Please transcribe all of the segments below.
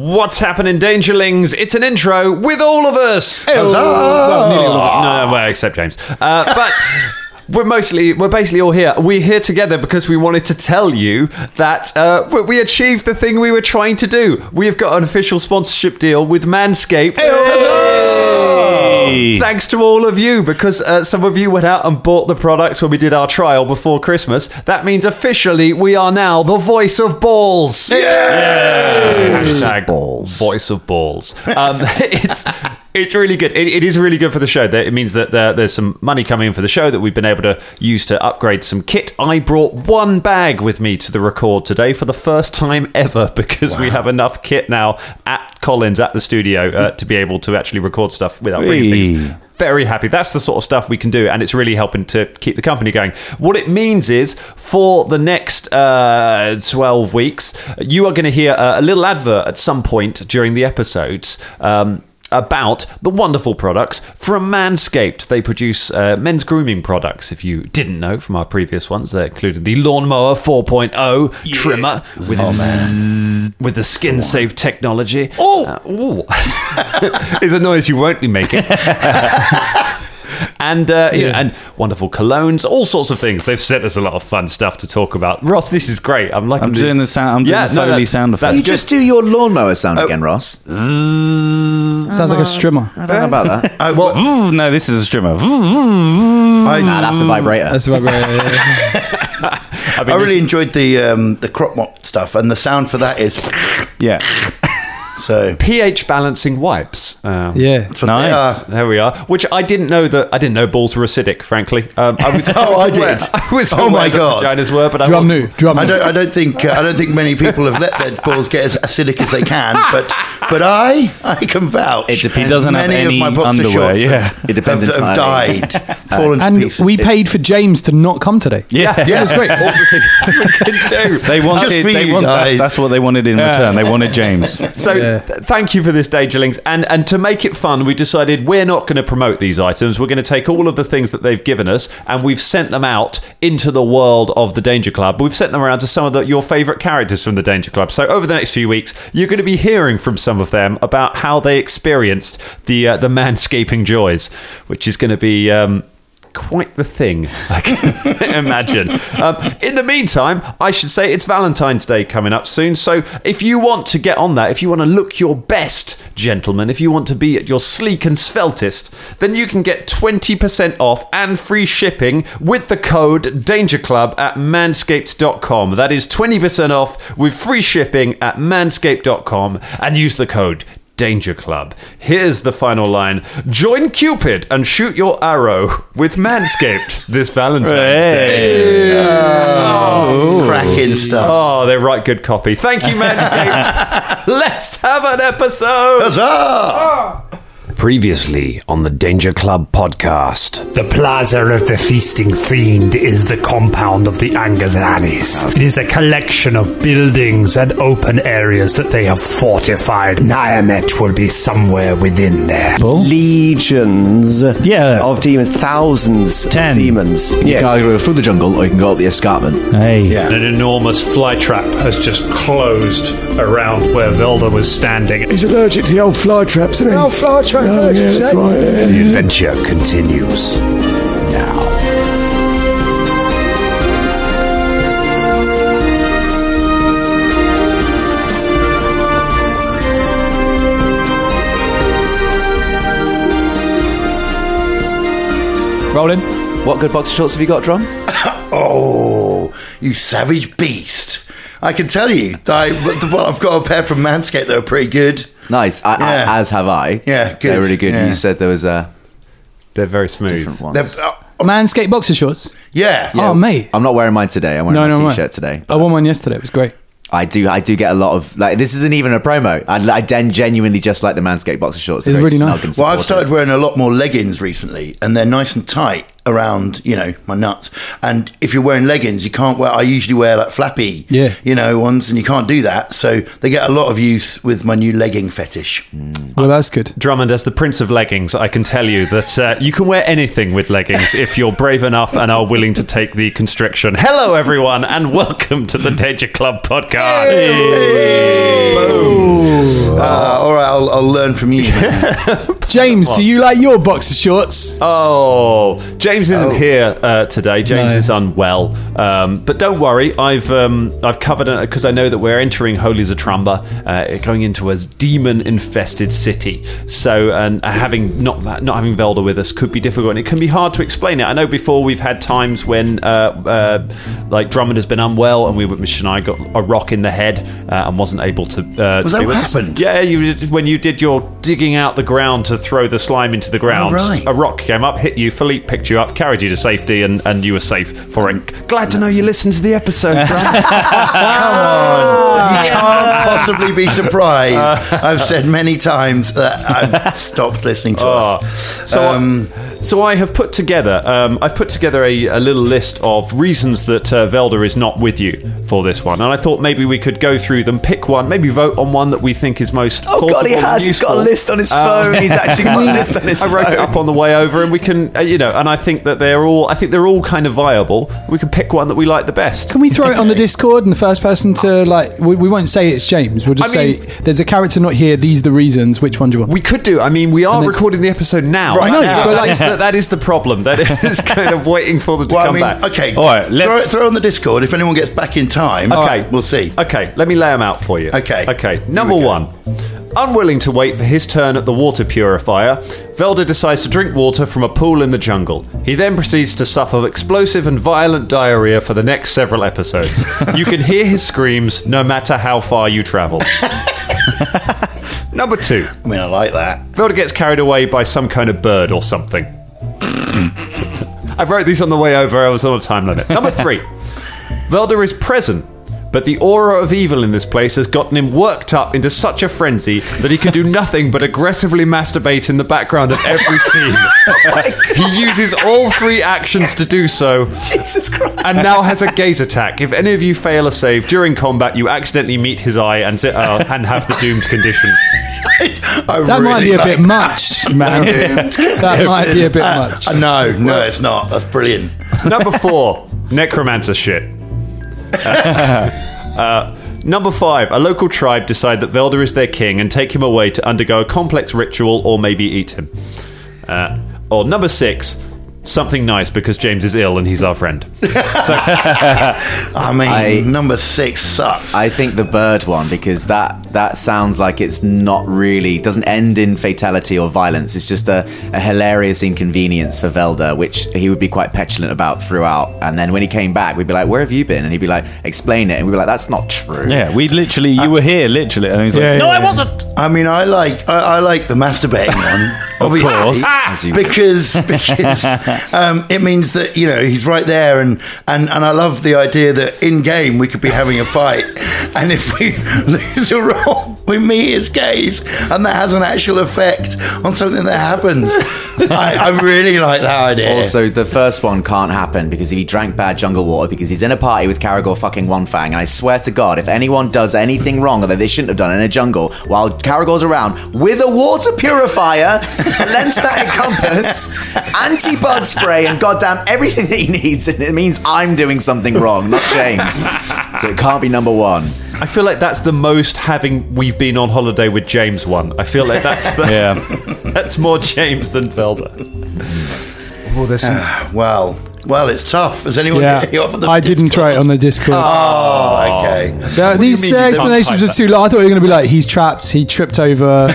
What's happening, Dangerlings? It's an intro with all of us. Well, nearly all of- no, no, well, except James. Uh, but we're mostly, we're basically all here. We're here together because we wanted to tell you that uh, we- we achieved the thing we were trying to do. We have got an official sponsorship deal with Manscaped. Thanks to all of you because uh, some of you went out and bought the products when we did our trial before Christmas. That means officially we are now the voice of balls. Hashtag balls. Voice of balls. Um, it's it's really good. It, it is really good for the show. That- It means that there, there's some money coming in for the show that we've been able to use to upgrade some kit. I brought one bag with me to the record today for the first time ever because we have enough kit now at Collins at the studio uh, to be able to actually record stuff without bringing things very happy. That's the sort of stuff we can do, and it's really helping to keep the company going. What it means is for the next uh, 12 weeks, you are going to hear a, a little advert at some point during the episodes. Um, about the wonderful products from Manscaped. They produce uh, men's grooming products, if you didn't know from our previous ones. They included the Lawnmower 4.0 trimmer with, its- with the skin safe technology. Uh, ooh. is a noise you won't be making and uh, you know, and wonderful colognes, all sorts of things. They've sent us a lot of fun stuff to talk about. Ross, this is great. I'm like I'm doing the sound. I'm doing Yeah, the no, Foley that's- sound that's effect. You just do your lawnmower Oh. sound again, Ross. I Sounds like a strimmer. don't know about that. Uh, well, Vroom, no, this is a strimmer. Vroom. I, nah, that's a vibrator. That's about right. I, mean, I this- really enjoyed the um, the crop mop stuff, and the sound for that is Yeah, so. pH balancing wipes. Oh. Uh, Yeah. that's what they nice. are. There we are. Which I didn't know that I didn't know balls were acidic. Frankly, um, I was. Oh, was I aware- did. I was. Oh aware my that God. Vaginas were, but I Drum wasn't- new. Drum I new. don't. I don't think. Uh, I don't think many people have let their balls get as acidic as they can. But but I I can vouch. It depends. He doesn't have many any of my boxer underwear. shorts Yeah, have, It depends have, have entirely. died, fallen to And pieces. we paid for James to not come today. Yeah, Yeah. that's great. All the things we can do. they wanted. Just for they you want, guys. That's, that's what they wanted in return. They wanted James. So th- thank you for this, Dangerlings. And and to make it fun, we decided we're not going to promote these items. We're going to take all of the things that they've given us and we've sent them out into the world of the Danger Club. We've sent them around to some of the, your favourite characters from the Danger Club. So over the next few weeks, you're going to be hearing from some of them about how they experienced the uh, the manscaping joys, which is going to be. Um, quite the thing, I can imagine. Um, in the meantime, I should say it's Valentine's Day coming up soon. So if you want to get on that, if you want to look your best, gentlemen, if you want to be at your sleek and sveltest, then you can get 20% off and free shipping with the code Danger Club at manscaped.com. That is 20% off with free shipping at manscaped.com and use the code Danger Club. Here's the final line Join Cupid and shoot your arrow with Manscaped this Valentine's Day. Cracking stuff. Oh, they're right good copy. Thank you, Manscaped. Let's have an episode. Huzzah! Previously on the Danger Club podcast. The plaza of the feasting fiend is the compound of the Angazanis. It is a collection of buildings and open areas that they have fortified. Niamet will be somewhere within there. Legions Yeah. of demons, thousands Ten. of demons. You can either go through the jungle or you can go up the escarpment. Hey, Yeah. An enormous fly trap has just closed around where Velda was standing. He's allergic to the old fly traps, isn't he? old fly trap yeah, that's right. The adventure continues now. Rolling. What good box of shorts have you got, Drum? Oh, you savage beast! I can tell you. I, well, I've got a pair from Manscaped that are pretty good. Nice. I, Yeah. I, as have I. Yeah, good. They're really good. Yeah. You said there was a They're very smooth. one. They're, oh, Manscaped boxer shorts. yeah. Oh, mate. I'm not wearing mine today. I'm wearing No, my no, no. t-shirt today. I wore mine yesterday. It was great. I do. I do get a lot of like. This isn't even a promo. I, I gen- genuinely just like the Manscaped boxer shorts. They're It's very really nice. snug and Well, I've supportive. started wearing a lot more leggings recently, and they're nice and tight, around, you know, my nuts. And if you're wearing leggings, you can't wear. I usually wear like flappy, Yeah. you know, ones, and you can't do that. So they get a lot of use with my new legging fetish. Well, that's good. Drummond, as the Prince of Leggings, I can tell you that uh, you can wear anything with leggings if you're brave enough and are willing to take the constriction. Hello, everyone, and welcome to the Danger Club podcast. Uh, all right, I'll, I'll learn from you. James, do you like your boxer shorts? Oh, James isn't here uh, today. James No. is unwell, um, but don't worry. I've um, I've covered it because I know that we're entering Holy Zatramba, uh, going into a demon-infested city. So, and uh, having not not having Velda with us could be difficult, and it can be hard to explain it. I know before we've had times when uh, uh, like Drummond has been unwell, and we were Mish and I got a rock in the head uh, and wasn't able to. Uh, Was to that be with what us. happened? Yeah, you did, when you did your digging out the ground to throw the slime into the ground. Oh, right. A rock came up, hit you. Philippe picked you up, carried you to safety, and, and you were safe for it. Glad to know you listened to the episode. Brad. You can't possibly be surprised. I've said many times that I've stopped listening to us. so, Um, I, so I have put together. Um, I've put together a, a little list of reasons that uh, Velda is not with you for this one, and I thought maybe we could go through them, pick one, maybe vote on one that we think is most. Oh God, he plausible and has. He's got a useful. list on his phone. He's actually got a list on his I phone. wrote it up on the way over, and we can, uh, you know, and I think that they're all. I think they're all kind of viable. We can pick one that we like the best. Can we throw it on the Discord and the first person to like? We, we won't say it's James. We'll just I say mean- there's a character not here. These are the reasons. Which one do you want? We could do. I mean, we are recording the episode now. Right I know, That's now. the- but that, like- is the, that is the problem. That is kind of waiting for them to Well, I come mean, back. okay. All right, throw, it, let's- throw on the Discord. If anyone gets back in time, Okay. we'll see. Okay, let me lay them out for you. Okay. Okay. Here Number we go. one. Unwilling to wait for his turn at the water purifier, Velda decides to drink water from a pool in the jungle. He then proceeds to suffer explosive and violent diarrhea for the next several episodes. you can hear his screams no matter how far you travel. Number two. I mean, I like that. Velda gets carried away by some kind of bird or something. I wrote these on the way over, I was on a time limit. Number three. Velda is present, but the aura of evil in this place has gotten him worked up into such a frenzy that he can do nothing but aggressively masturbate in the background of every scene. he uses all three actions to do so, Jesus Christ. and now has a gaze attack. If any of you fail a save during combat, you accidentally meet his eye and, sit, uh, and have the doomed condition. I that might really be a like bit much, man. that might be a bit Uh, much. uh, no, no, it's not. That's brilliant. Number four, necromancer shit. Uh, uh, number five, a local tribe decide that Velda is their king and take him away to undergo a complex ritual or maybe eat him. Uh, or number six, something nice because James is ill and he's our friend. I mean, I- number six sucks. I think the bird one because that that sounds like it's not really doesn't end in fatality or violence. It's just a, a hilarious inconvenience for Velda, which he would be quite petulant about throughout. And then when he came back, we'd be like, "Where have you been?" And he'd be like, "Explain it." And we'd be like, "That's not true." Yeah, we literally, you were here, literally. And he's like, Yeah, no, yeah, I yeah. wasn't. I mean, I like I, I like the masturbating one, obviously, course. As you- because because um, it means that you know he's right there, and and and I love the idea that in game we could be having a fight, and if we lose a roll, we meet his gaze, and that has an actual effect on something that happens. I, I really like that idea. Also, the first one can't happen because if he drank bad jungle water because he's in a party with Caragor fucking One Fang, and I swear to God, if anyone does anything wrong or that they shouldn't have done in a jungle while Caragor's around with a water purifier, a lens static compass, anti bug spray, and goddamn everything that he needs, and it means I'm doing something wrong, not James. So it can't be number one. I feel like that's the most having we've been on holiday with James one. I feel like that's the, Yeah. that's more James than Velda. well, well, it's tough. Has anyone? Yeah, hit you up on the I didn't Discord? throw it on the Discord. Oh, okay. Yeah, these mean uh, you can't explanations type are that? too long. I thought you were going to be like, he's trapped, he tripped over.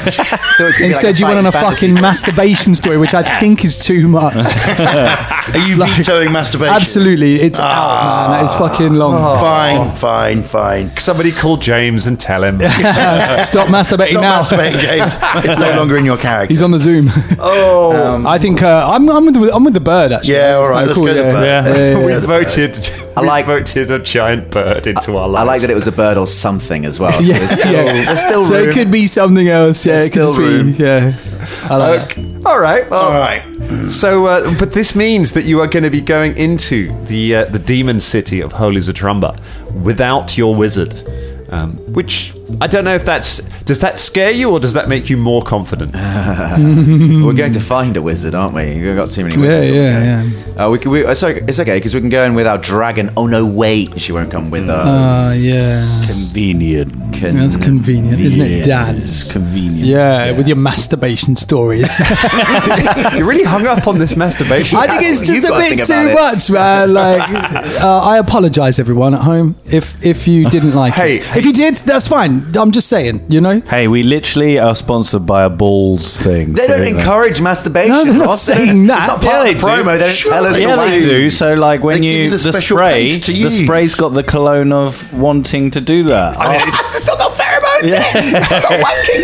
Instead, you went on a fucking masturbation story, which I think is too much. Are you Like- vetoing masturbation? Absolutely, it's out, man. It's fucking Oh. long. Fine, fine, fine. Somebody call James and tell him. Stop masturbating Stop now. masturbating, James. It's no longer in your character. He's on the Zoom. Oh, I think uh, I'm, I'm with the, I'm with the bird actually. Yeah, It's all right, kinda let's go to the bird. Yeah, yeah, yeah, we yeah. voted. I we like- voted a giant bird into our lives. I like that it was a bird or something as well. So Yeah, there's still, yeah. there's still so room. it could be something else. Yeah, There's it could still just be. room. Yeah, I love Okay. All right. well, All right. So, uh, but this means that you are going to be going into the uh, the demon city of Holy Zatrumba without your wizard. Um, which I don't know if that's does that scare you or does that make you more confident? We're going to find a wizard, aren't we? We've got too many wizards. Hmm. Yeah, yeah, yeah. Uh, we can, we, it's, okay, it's okay because we can go in with our dragon. Oh no, wait, she won't come with us. Uh, yeah. Convenient. That's convenient, isn't it, Dad? It's convenient. Yeah, with your masturbation stories. You're really hung up on this masturbation. I think it's You've just a got to bit think about too it. much, man. Like, uh, I apologise, everyone at home, if if you didn't like Hey, it. If you did, that's fine. I'm just saying, you know. Hey, we literally are sponsored by a balls thing. They so, don't you know. encourage masturbation. No, they're not Ross. They- saying that. It's not Yeah, part they of do. the promo. They don't Sure. tell us Yeah, the they way. do. So, like, when They you, give you the the, special spray, place to the use. spray's got the cologne of wanting to do that. Oh. It's just not got pheromones in it. It's not got wanking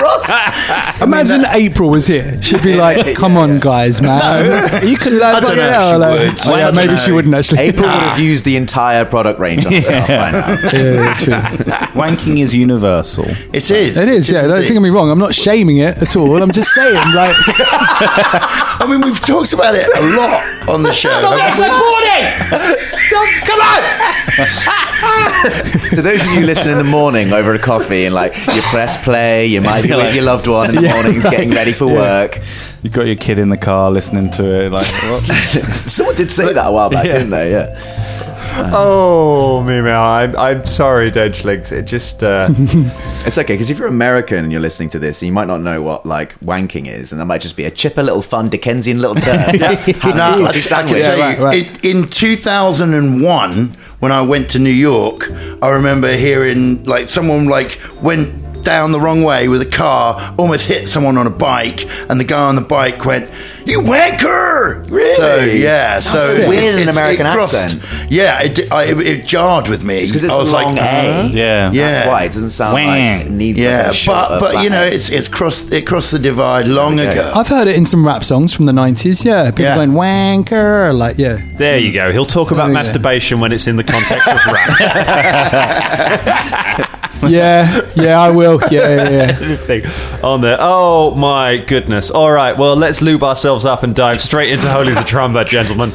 Ross. Imagine April was here. She'd be like, "Come on, guys, man. you could I don't like, fucking know if hell, she like- would. Oh, I yeah, don't maybe know. she wouldn't actually. April would have Ah. used the entire product range on herself by now. Yeah, true. Wanking is universal. It is. It is, yeah. a Don't thing. think of me wrong. I'm not shaming it at all. I'm just saying, like, I mean, we've talked about it a lot on the show. To those of you listening in the morning over a coffee and like you press play, you might be with your loved one in the mornings getting ready for work. You've got your kid in the car listening to it. Like, what? Someone did say that a while back, didn't they? Yeah. oh, Mimo, I'm I'm sorry, Deadlings. It just uh, It's okay because if you're American and you're listening to this, you might not know what like wanking is, and that might just be a chipper little fun Dickensian little turd. No, I, I Happy can sandwich. tell right, you, right. In, in 2001, when I went to New York, I remember hearing like someone like went down the wrong way with a car, almost hit someone on a bike, and the guy on the bike went, "You wanker!" Really? So yeah, Sounds so weird in it's- an it's- American it crossed- accent. Yeah, it, di- I, it, it jarred with me. It's 'cause it's I was long like, A. huh? Yeah. yeah. That's why it doesn't sound like it Wang. needs. like, Yeah, a shot but of but you know, blackhead. it's it's crossed it crossed the divide long ago. I've heard it in some rap songs from the 90s. Yeah, people Yeah. going wanker, like, yeah. there you go. He'll talk about yeah. masturbation when it's in the context of rap. Yeah, yeah, I will. Yeah, yeah, yeah. Thing on there. Oh my goodness. All right. Well, let's lube ourselves up and dive straight into Holy Zatrumba, gentlemen.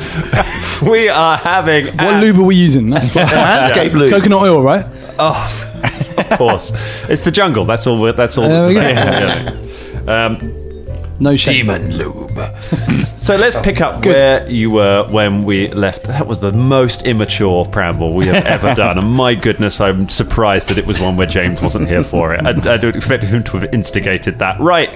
we are having What an lube are we using? That's what. Landscape loop. Coconut oil, right? Oh, Of course. it's the jungle. That's all. we're- That's all. There That's we about. Um, No shame. lube. so let's pick up where you were when we left. That was the most immature preamble we have ever done, and my goodness, I'm surprised that it was one where James wasn't here for it. I, I don't expect him to have instigated that. Right.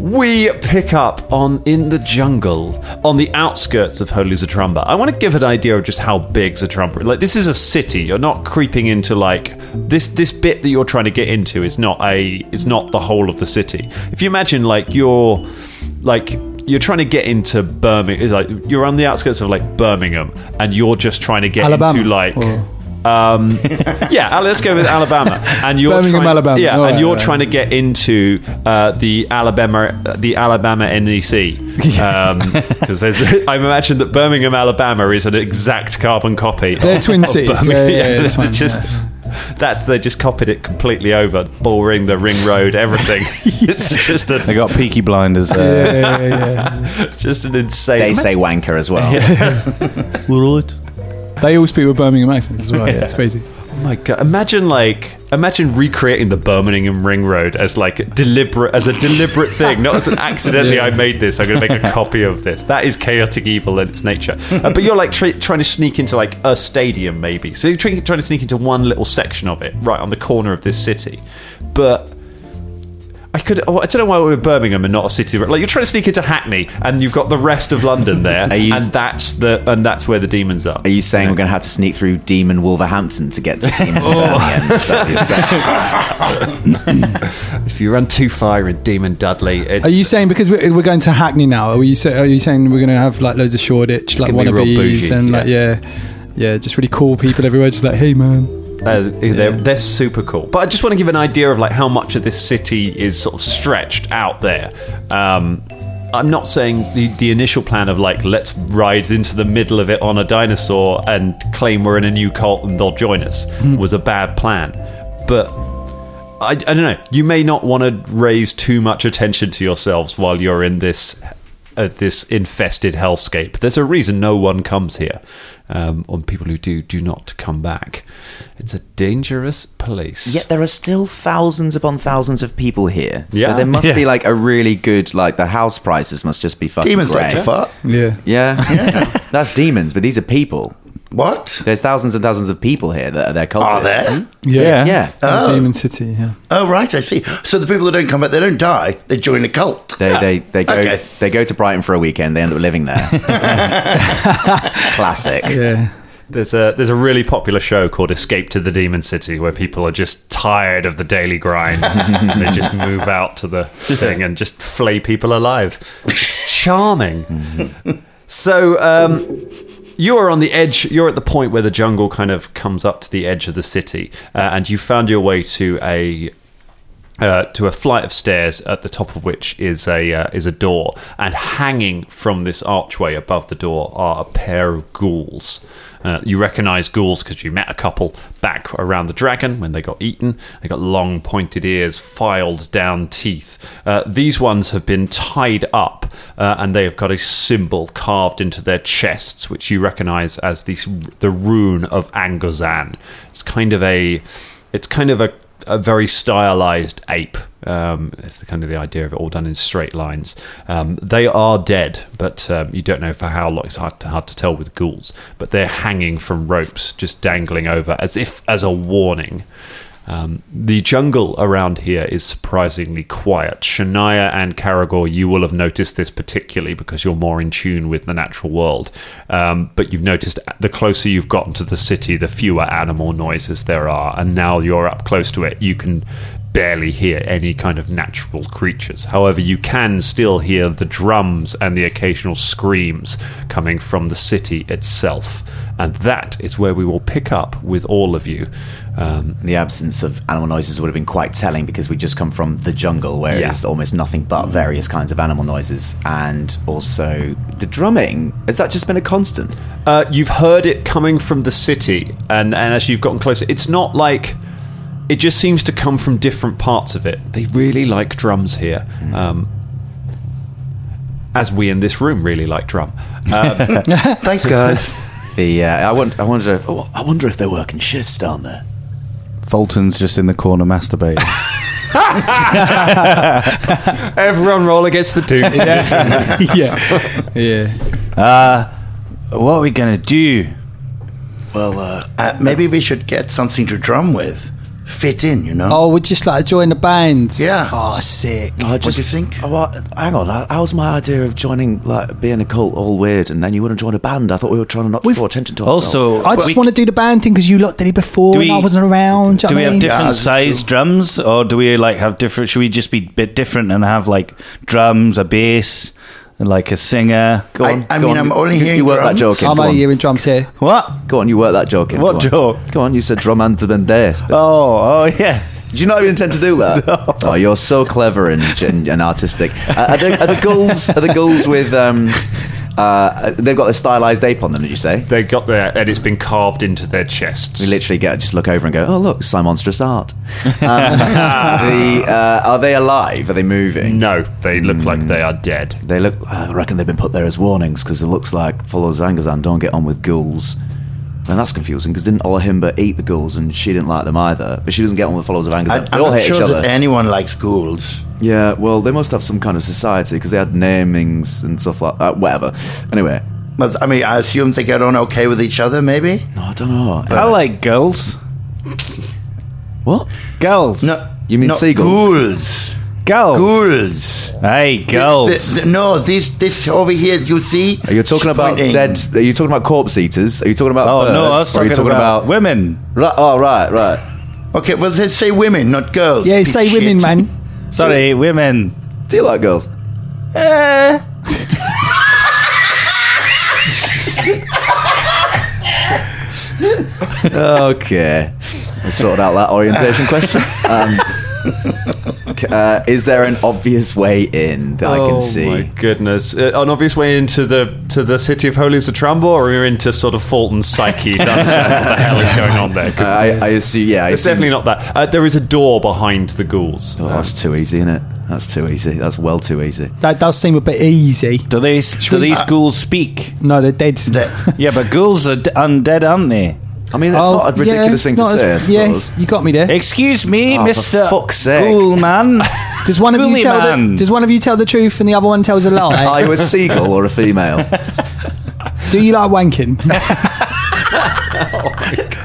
We pick up on in the jungle on the outskirts of Holy Zatrumba. I want to give an idea of just how big Zatrumba is. Like this is a city. You're not creeping into like this this bit that you're trying to get into is not a is not the whole of the city. If you imagine like you're like you're trying to get into Birmingham like you're on the outskirts of like Birmingham and you're just trying to get Alabama, into like or- um, yeah, Al- let's go with Alabama. And you're Birmingham, trying, Alabama. Yeah, All and right, you're all right. trying to get into uh, the Alabama, the Alabama E NEC, because Um, there's. I imagine that Birmingham, Alabama, is an exact carbon copy. They're twin cities. Yeah, yeah, Oh, yeah, they're that's fine, just. That's they just copied it completely over. Bull Ring, the Ring Road, everything. it's just They a, got Peaky Blinders there. Yeah, yeah, yeah. just an insane. they say wanker as well. They all speak with Birmingham accents as well. Yeah, it's crazy. Oh my god! Imagine like imagine recreating the Birmingham Ring Road as like deliberate as a deliberate thing, not as an accidentally I made this. I'm going to make a copy of this. That is chaotic evil in its nature. Uh, but you're like try trying to sneak into like a stadium, maybe. So you're try- trying to sneak into one little section of it, right on the corner of this city, but. I could. Oh, I don't know why we're in Birmingham and not a city. Like you're trying to sneak into Hackney, and you've got the rest of London there, Are you- and that's the and that's where the demons are. Are you saying we're going to have to sneak through Demon Wolverhampton to get to Demon Birmingham? Oh. Is that what you're saying? if you run too far in Demon Dudley, it's Are you saying because we're, we're going to Hackney now? Are you say, are you saying we're going to have like loads of Shoreditch, like gonna be real wannabes, bougie, and like yeah, yeah, just really cool people everywhere. Just like, hey man, Uh, they're, they're super cool. But I just want to give an idea of like how much of this city is sort of stretched out there. Um, I'm not saying the, the initial plan of like let's ride into the middle of it on a dinosaur and claim we're in a new cult and they'll join us was a bad plan. But I, I don't know. You may not want to raise too much attention to yourselves while you're in this uh, this infested hellscape. There's a reason no one comes here, um, and people who do do not come back. It's a dangerous place. Yet there are still thousands upon thousands of people here. Yeah. So there must Yeah. be like a really good like the house prices must just be fucking Demons great. like to fart. Yeah. Yeah. That's demons, but these are people. What? There's thousands and thousands of people here that are Uh-huh. their cultists. Hmm? Are there? Yeah. Yeah. Demon City, yeah. Oh, right, I see. So the people that don't come back, they don't die. They join a cult. They, they, they go Okay. they go to Brighton for a weekend. They end up living there. Classic. Yeah. There's a there's a really popular show called Escape to the Demon City where people are just tired of the daily grind. they just move out to the thing and just flay people alive. It's charming. so um, you are on the edge. You're at the point where the jungle kind of comes up to the edge of the city, uh, and you found your way to a uh, to a flight of stairs at the top of which is a uh, is a door, and hanging from this archway above the door are a pair of ghouls. Uh, you recognise ghouls because you met a couple back around the dragon when they got eaten. They got long pointed ears, filed down teeth. Uh, these ones have been tied up, uh, and they have got a symbol carved into their chests, which you recognise as the the rune of Angozan. It's kind of a it's kind of a a very stylized ape. Um, it's the kind of the idea of it all done in straight lines. Um, they are dead, but um, you don't know for how long. It's hard to, hard to tell with ghouls, but they're hanging from ropes, just dangling over, as if as a warning. Um, the jungle around here is surprisingly quiet. Shania and Karagor, you will have noticed this particularly because you're more in tune with the natural world. Um, but you've noticed the closer you've gotten to the city, the fewer animal noises there are. And now you're up close to it, you can barely hear any kind of natural creatures. However, you can still hear the drums and the occasional screams coming from the city itself. And that is where we will pick up with all of you. Um, The absence of animal noises would have been quite telling because we just come from the jungle where Yeah. it's almost nothing but various kinds of animal noises and also the drumming. Has that just been a constant? Uh, you've heard it coming from the city, and, and as you've gotten closer, it's not like it just seems to come from different parts of it. They really like drums here, Mm. um, as we in this room really like drum. Thanks, guys. The uh, I want I wonder oh, I wonder if they're working shifts down there. Fulton's just in the corner masturbating. Everyone roll against the doom. yeah. Yeah. what are we gonna do? Well, uh, uh, maybe we should get something to drum with. Fit in, you know? Oh, we're just like join the band. Yeah. Oh, sick. I do you think? Oh, well, hang on. How- How's my idea of joining, like, being a cult all weird and then you wouldn't join a band? I thought we were trying to not draw attention to ourselves. Also, I just want to do the band thing because you lot did it before Do and I we- wasn't around. do we have different that's size drums, or do we like have different? Should we just be bit different and have like drums, a bass, and like a singer? Go on, I- I go mean, on. I'm only You- hearing You work that drums. joke in. I'm go only on. hearing drums here. What? Go on, you work that joke in. What go on. joke? Go on, you said drum and then bass. But Oh, oh yeah. Do you not even intend to do that? Oh, you're so clever and, and, and artistic. Uh, are, the, are the ghouls? Are the ghouls with? Um, uh, they've got a stylized ape on them. Did you say? they got there, and it's been carved into their chests. We literally get just look over and go, oh look, some monstrous art. Um, the, uh, are they alive? Are they moving? no, they look like they Mm. are dead. They look. I reckon they've been put there as warnings because it looks like follow Zangazan, don't get on with ghouls. And that's confusing because didn't Olahimba eat the ghouls and she didn't like them either? But she doesn't get on with followers of I, Angazan. I'm They all not hate sure each that other. anyone likes ghouls. Yeah, well, they must have some kind of society because they had namings and stuff like that. Whatever. Anyway, But, I mean, I assume they get on okay with each other, maybe? no, I don't know. Uh, I like girls. what? Girls. No. You mean not seagulls? Ghouls. Girls. Ghouls. Hey, girls. The- the- no, this this over here, you see? Are you talking about Pointing. dead? Are you talking about corpse eaters? Are you talking about? oh uh, birds? no, I was Or are you talking, about, women. Right, oh, right, right. Okay, well, let's say women, not girls. Yeah, piece say of women, shit. man. Sorry, uh, women. Do you like girls? Eh. okay. We sorted out that orientation question. Um, Nick, uh, is there an obvious way in that Oh I can see? Oh my goodness! Uh, an obvious way into the to the city of Holy Zatramba, or are you into sort of Fulton's psyche to understand what the hell is going on there? 'Cause Uh, I, I assume, yeah, I it's assume- definitely not that. Uh, there is a door behind the ghouls. Oh, that's too easy, isn't it? That's too easy. That's well too easy. That does seem a bit easy. Do they? Do these uh, ghouls speak? No, they're dead. Yeah, but ghouls are d- undead, aren't they? I mean, that's not Oh, a yeah, ridiculous it's thing to not say, as- I yeah, suppose. you got me there. Excuse me, Oh, for Mister fuck's sake. Ghoul Man. Does one of you Bully tell man. the, Does one of you tell the truth and the other one tells a Are lie? you a seagull or a female? Do you like wanking?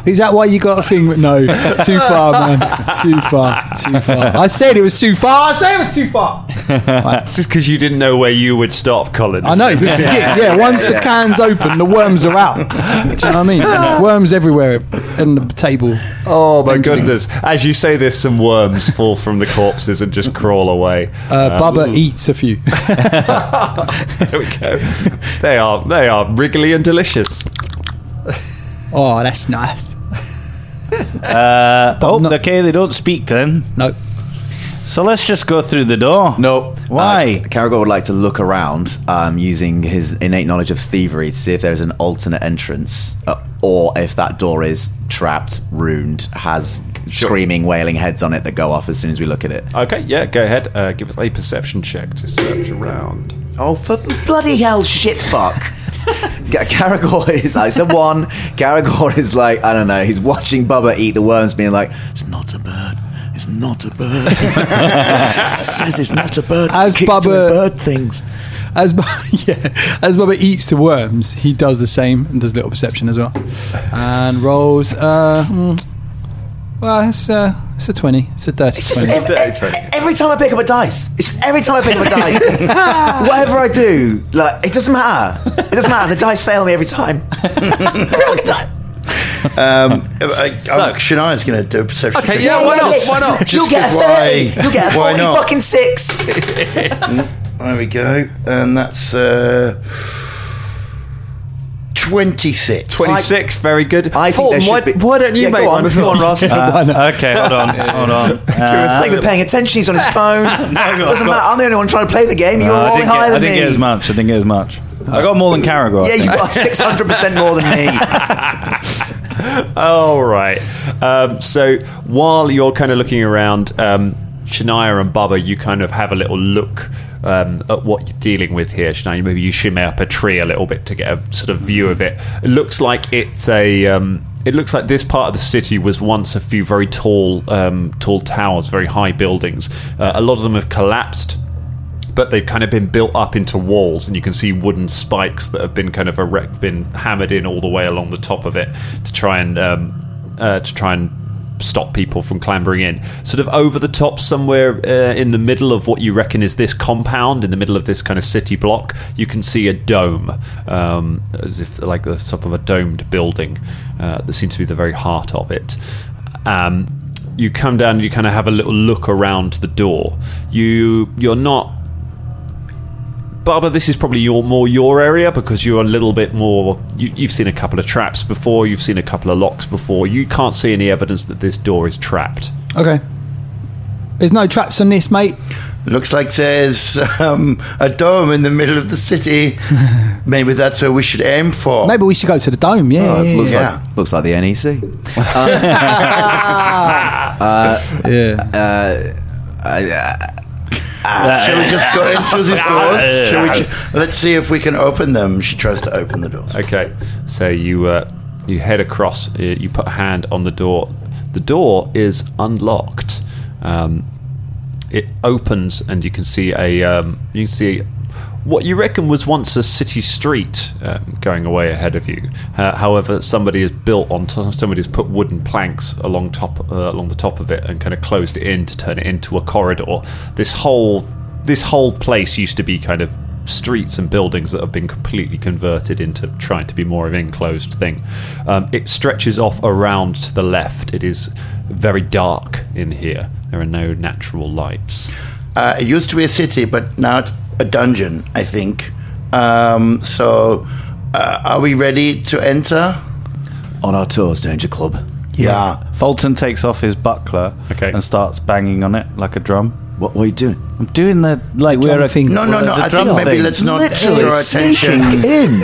Is that why you got a thing? with- No, too far, man. Too far, too far. I said it was too far. I said it was too far. This is because you didn't know where you would stop, Colin. I know. This is it. Yeah, once the can's open, the worms are out. Do you know what I mean? Worms everywhere on the table. Oh my goodness! As you say this, some worms fall from the corpses and just crawl away. Uh, Bubba eats a few. There we go. They are they are wriggly and delicious. Oh, that's nice. oh, not- okay, they don't speak then. No, So let's just go through the door. Nope. Why? Uh, Caragor would like to look around um, using his innate knowledge of thievery to see if there's an alternate entrance uh, or if that door is trapped, ruined, has screaming, wailing heads on it that go off as soon as we look at it. Okay, yeah, go ahead. Uh, give us a perception check to search around. Oh, for bloody hell, shit fuck. Ga- Caragor is like, it's a one. Caragor is like, I don't know, he's watching Bubba eat the worms, being like, it's not a bird. It's not a bird. it says it's not a bird. As It keeps Bubba- doing bird things. as Bu- yeah, as Bubba eats the worms, he does the same and does a little perception as well, and rolls. Uh, mm, well, it's uh, it's a twenty. It's a dirty It's just twenty. ev- ev- every, time I pick up a dice. It's just every time I pick up a dice. Whatever I do, like it doesn't matter. It doesn't matter. The dice fail me every time. every fucking time. Um, I, I, Shania's going to do a perception. Okay, check. yeah, why not? Why not? Just You'll get a because thirty. why- You'll get a why forty not? fucking six. There we go. And that's uh, 26. Twenty six, very good. I think Fulton, there why, should be- why don't you Yeah, make go on, one? as go well? on, Ross. Uh, okay, hold on, hold on. Uh, He's not even paying attention. He's on his phone. Doesn't matter. I'm the only one trying to play the game. You're no, I rolling didn't, get, higher I than didn't me. get as much. I didn't get as much. I got more than Caragor. yeah, you got 600 percent more than me. All right. Um, so while you're kind of looking around, um, Shania and Bubba, you kind of have a little look um, at what you're dealing with here. Shania, maybe you shimmy up a tree a little bit to get a sort of view of it. It looks like it's a. Um, it looks like this part of the city was once a few very tall, um, tall towers, very high buildings. Uh, a lot of them have collapsed but they've kind of been built up into walls, and you can see wooden spikes that have been kind of erect, been hammered in all the way along the top of it to try and um, uh, to try and stop people from clambering in. Sort of over the top, somewhere uh, in the middle of what you reckon is this compound, in the middle of this kind of city block, you can see a dome, um, as if like the top of a domed building uh, that seems to be the very heart of it. Um, you come down and you kind of have a little look around the door. You you're not Barbara, this is probably your more your area because you're a little bit more. You, you've seen a couple of traps before. You've seen a couple of locks before. You can't see any evidence that this door is trapped. Okay. There's no traps on this, mate. Looks like there's um, a dome in the middle of the city. Maybe that's where we should aim for. Maybe we should go to the dome. Yeah, yeah, Oh, looks yeah. Yeah. like looks like the E NEC. yeah. Shall we just go in through these doors? Shall we ju- let's see if we can open them. She tries to open the doors. Okay, so you uh, you head across. uh, You put a hand on the door. The door is unlocked. Um, it opens, and you can see a um, you can see what you reckon was once a city street um, going away ahead of you. Uh, however, somebody has built on top, somebody has put wooden planks along top uh, along the top of it and kind of closed it in to turn it into a corridor. This whole this whole place used to be kind of streets and buildings that have been completely converted into trying to be more of an enclosed thing. Um, it stretches off around to the left. It is very dark in here. There are no natural lights. Uh, it used to be a city, but now it's a dungeon, I think. Um, so, uh, are we ready to enter? On our tours, Danger Club. Yeah. Fulton takes off his buckler Okay. and starts banging on it like a drum. What, what are you doing? I'm doing the like where I think No, no, no. I think maybe let's not Literally draw attention. sneaking in.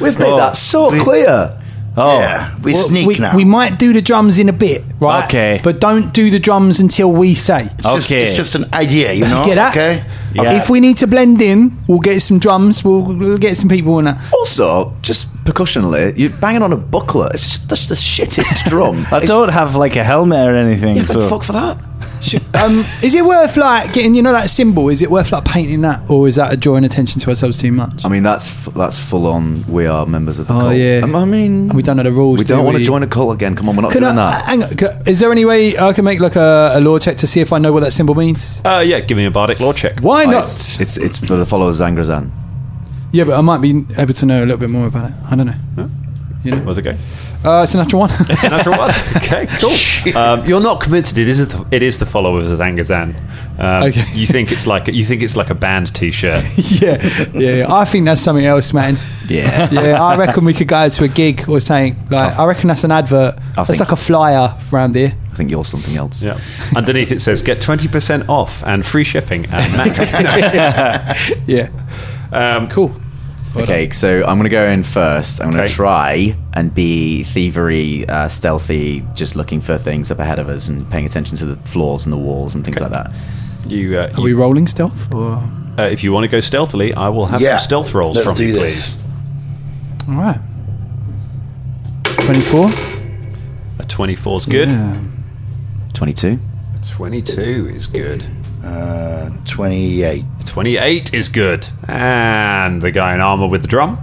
We've made Oh. that so clear. Oh, Yeah, we Well, sneak we, now. we might do the drums in a bit, right? Okay. But don't do the drums until we say. it's just, okay. It's just an idea, you know. Get that? Okay. Yeah. If we need to blend in, we'll get some drums. We'll, we'll get some people in that. Also, just percussionally, you're banging on a buckler. It's just that's the shittest drum. I don't have like a helmet or anything. give so a fuck for that. Um, is it worth like getting you know that symbol? Is it worth like painting that, or is that drawing attention to ourselves too much? I mean, that's f- that's full on. We are members of the Oh, cult. yeah. Um, I mean, We don't know the rules, We don't do want we? to join a cult again. Come on, we're not Can doing I, uh, that. hang on, c- is there any way I can make like a, a law check to see if I know what that symbol means? Uh, yeah, give me a bardic law check. Why not? It's it's, it's for the followers of Zangrazan. Yeah, but I might be able to know a little bit more about it. I don't know. Where's it go? Uh, it's a natural one. It's a natural one. Okay, cool. Um, you're not convinced it is. The, it is the followers of Zangazan. Um, Okay. You think it's like you think it's like a band T-shirt. yeah, yeah, yeah. I think that's something else, man. Yeah. yeah. I reckon we could go to a gig or something. Like, I reckon that's an advert. I That's think- like a flyer around here. I think you're something else. Yeah. Underneath it says get twenty percent off and free shipping and Mac. Yeah. um, cool. Okay, so I'm gonna go in first. I'm gonna Okay. try and be thievery, uh, stealthy, just looking for things up ahead of us and paying attention to the floors and the walls and things like that. You, uh, Are you- we rolling stealth? Or? All uh, if you want to go stealthily, I will have Yeah. some stealth rolls Let's from do you, this. please. right. 24. A twenty-four's good. Yeah. Twenty-two. Twenty-two is good. Uh, Twenty-eight. Twenty-eight is good. And the guy in armor with the drum.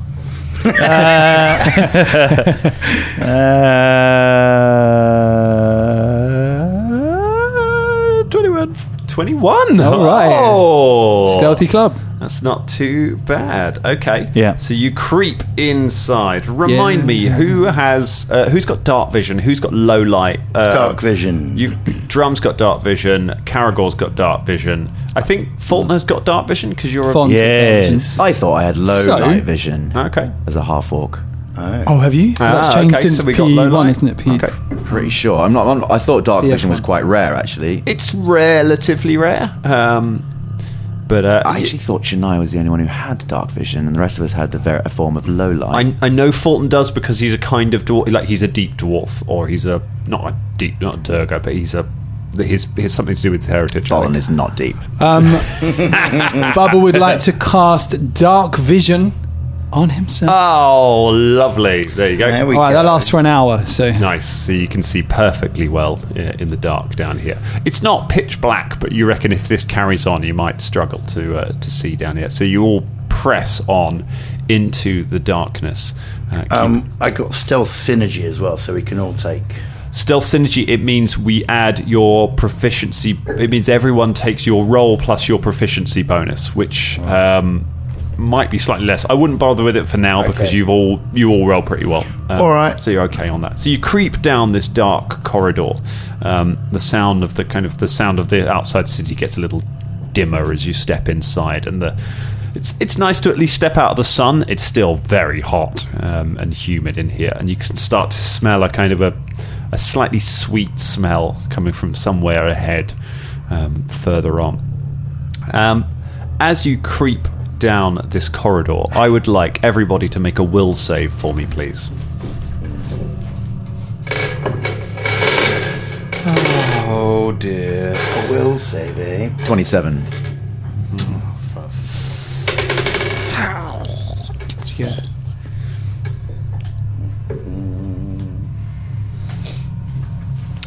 uh, Twenty-one. Twenty-one. All right. Oh. Stealthy club. That's not too bad. Okay. Yeah. So you creep inside. Remind me who has uh, who's got dark vision, who's got low light. Uh, Dark vision. You drums got dark vision. Caragor's got dark vision. I think Faulkner's got dark vision because you're a Fons and yes. Fons. I thought I had low So- night vision okay. as a half orc. Oh, have you? Ah, that's changed okay, since so we got low P1, light. isn't it? P. Okay. Pretty sure. I'm not. I'm, not- I thought dark Yeah, vision was fine. quite rare actually. It's relatively rare. Um, but uh, I actually thought Shania was the only one who had dark vision, and the rest of us had a, ver- a form of low light. I, I know Fulton does because he's a kind of dwarf, like he's a deep dwarf, or he's a not a deep, not a Durga, but he's a his his something to do with his heritage. I Bolin think. is not deep. Uh, Bubba would like to cast Dark Vision on himself. Oh, lovely! There you go. There we All right, go. that lasts for an hour, so. Nice. So you can see perfectly well yeah, in the dark down here. It's not pitch black, but you reckon if this carries on, you might struggle to uh, to see down here. So you all press on into the darkness. Uh, keep- Um, I got stealth synergy as well, so we can all take. Stealth synergy. It means we add your proficiency. It means everyone takes your roll plus your proficiency bonus, which. Um, might be slightly less. I wouldn't bother with it for now because Okay. you've all you all roll pretty well. Um, All right. so you're okay on that. So you creep down this dark corridor. Um, the sound of the kind of the sound of the outside city gets a little dimmer as you step inside, and the it's it's nice to at least step out of the sun. It's still very hot um, and humid in here, and you can start to smell a kind of a a slightly sweet smell coming from somewhere ahead, um, further on. Um, as you creep down this corridor, I would like everybody to make a will save for me, please. Oh dear. Will save eh? Twenty-seven.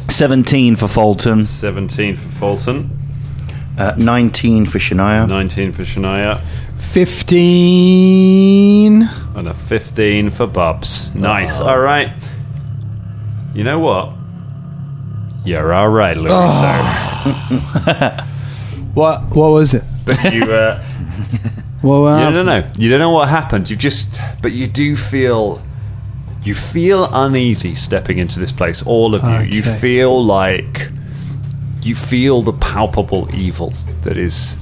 Seventeen for Fulton. 17 for Fulton, Uh, Nineteen for Shania. 19 for Shania, 15. and a 15 for Bubs. Nice. All right. You know what? You're all right, Louis. What, what was it? You, uh, Well, you uh, don't know. You don't know what happened. You just, but you do feel, you feel uneasy stepping into this place. All of you. You Okay. feel like, you feel the palpable evil that is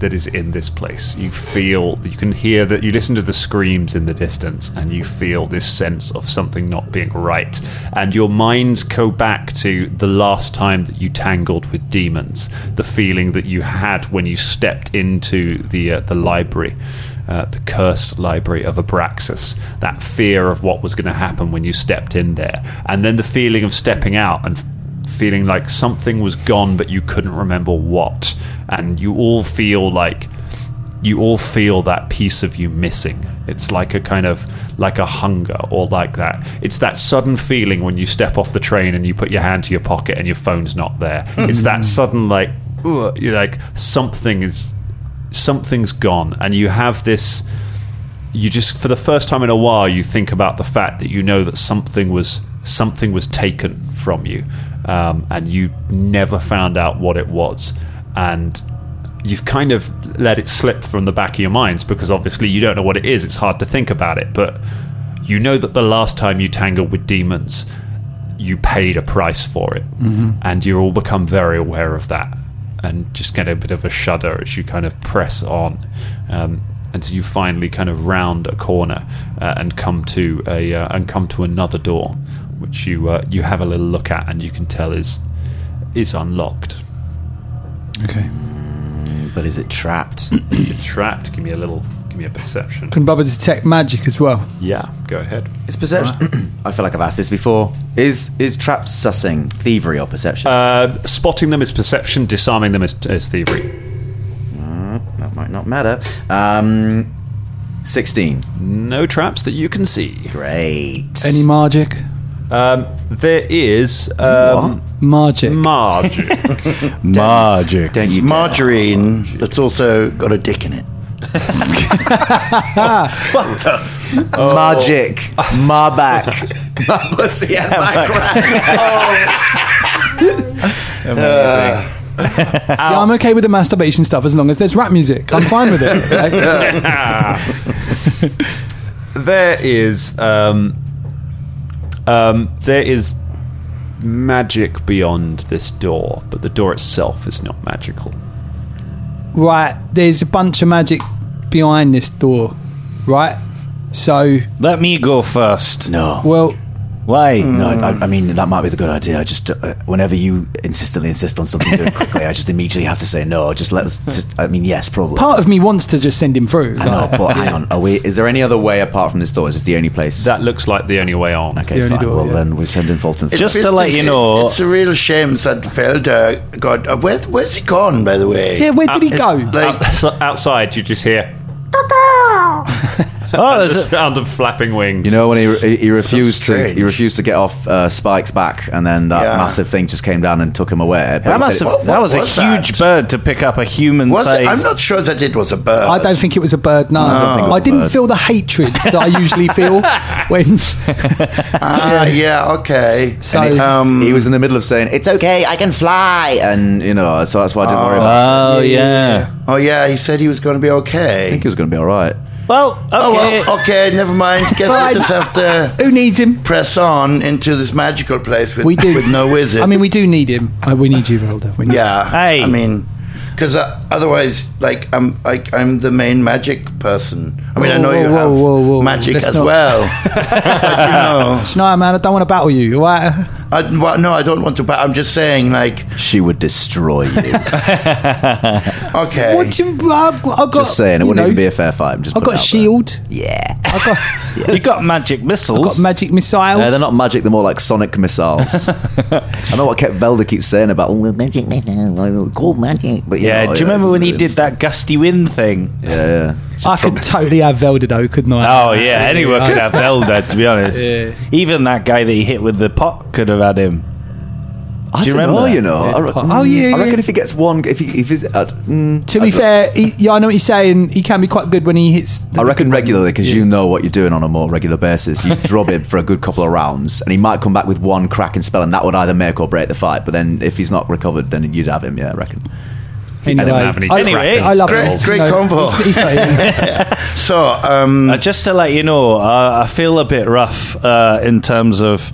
that is in this place. You feel that you can hear that you listen to the screams in the distance and you feel this sense of something not being right. And your minds go back to the last time that you tangled with demons, the feeling that you had when you stepped into the uh, the library. Uh, the cursed library of Abraxas, that fear of what was going to happen when you stepped in there, and then the feeling of stepping out and feeling like something was gone but you couldn't remember what and you all feel like you all feel that piece of you missing it's like a kind of like a hunger or like that it's that sudden feeling when you step off the train and you put your hand to your pocket and your phone's not there it's that sudden like ugh, you're like something is something's gone and you have this you just for the first time in a while you think about the fact that you know that something was something was taken from you um, and you never found out what it was and you've kind of let it slip from the back of your minds because obviously you don't know what it is it's hard to think about it but you know that the last time you tangled with demons you paid a price for it and you all become very aware of that and just get a bit of a shudder as you kind of press on um, until you finally kind of round a corner uh, and come to a uh, and come to another door which you uh, you have a little look at and you can tell is is unlocked Okay. But is it trapped? if you're trapped give me a little give me a perception Can Bubba detect magic as well? yeah go ahead It's perception. I feel like I've asked this before. Is is trap sussing thievery or perception? uh, spotting them is perception disarming them is, is thievery that might not matter. Um, Sixteen. no traps that you can see Great. Any magic? um, there is um, Magic. Marge Magic. Don't you It's margarine Oh, that's also got a dick in it. Oh. Magic. Marbach. Pussy and my See, I'm okay with the masturbation stuff as long as there's rap music. I'm fine with it. okay? there is um, um, there is magic beyond this door, but the door itself is not magical. Right, there's a bunch of magic behind this door, right? So, Let me go first. No. Hmm. well, Why? No, I, I mean that might be the good idea. I just uh, whenever you insistently insist on something doing quickly, I just immediately have to say no. Just let us. Just, I mean, yes, probably. part of me wants to just send him through. I know, like, but hang on. Are we? Is there any other way apart from this door? Is this the only place? That looks like the only way on. okay, the only fine. door, well yeah. then we're sending Fulton. through. Just to let you know- it's a real shame that Felder got. Uh, where, where's he gone, by the way? yeah, where did he It's go? Like, Out- outside, you just hear Oh, the there's a, sound of flapping wings. You know when he he, he refused to strange. he refused to get off uh, Spike's back, and then that Yeah. massive thing just came down and took him away. But that he must said have, it's- What- that what was a was that? huge bird to pick up a human was size. it? I'm not sure that it was a bird. I don't think it was a bird. No, I, think it was a didn't bird. feel the hatred that I usually feel when. Ah, yeah, okay. So- um, he was in the middle of saying it's okay, I can fly, and you know, so that's why I didn't worry about. it. Oh yeah. oh yeah, he said he was going to be I okay. think he was going to be all right. Well, okay. Oh well, okay, never mind. Guess I Fine. just have to Who needs him? press on into this magical place with, We do. with no wizard. I mean, we do need him. Uh, we need you, Velda. We need yeah. Hey. I mean, because uh, otherwise, like, I'm like I'm the main magic person. I mean, I Whoa, know you whoa, have whoa, whoa, whoa. magic Let's as not- well. but, you know, Shania, man, I don't want to battle you. all right? I, well, no, I don't want to. But I'm just saying, like, She would destroy you. okay, What do you? I've got, I've got, just saying, it you wouldn't know, even be a fair fight. I'm just. I've putting got a it out there. shield. Yeah. I've got, You got magic missiles. I've got magic missiles. No, Uh, they're not magic. They're more like sonic missiles. I know what Ke- Velda keeps saying about oh, magic, magic, cool magic. But you yeah, know, do you remember it when he doesn't did that gusty wind thing? really- Yeah, yeah. I could totally have Velda though, couldn't I? Oh yeah, anyone could have held that. To be honest, Yeah. even that guy that he hit with the pot could have had him. I Do you don't remember know, that? you know. I re- Oh, yeah, I reckon yeah. if he gets one, if he if he's, uh, mm, To be fair, he, yeah, I know what you're saying. He can be quite good when he hits. The I reckon regularly because you know what you're doing on a more regular basis. You drop him for a good couple of rounds, and he might come back with one cracking spell, and that would either make or break the fight. But then if he's not recovered, then you'd have him. Yeah, I reckon. anyway, doesn't have any I, Anyway, I love great- it. great combo. He's, he's not even- so um, Uh, just to let you know, uh, I feel a bit rough uh, in terms of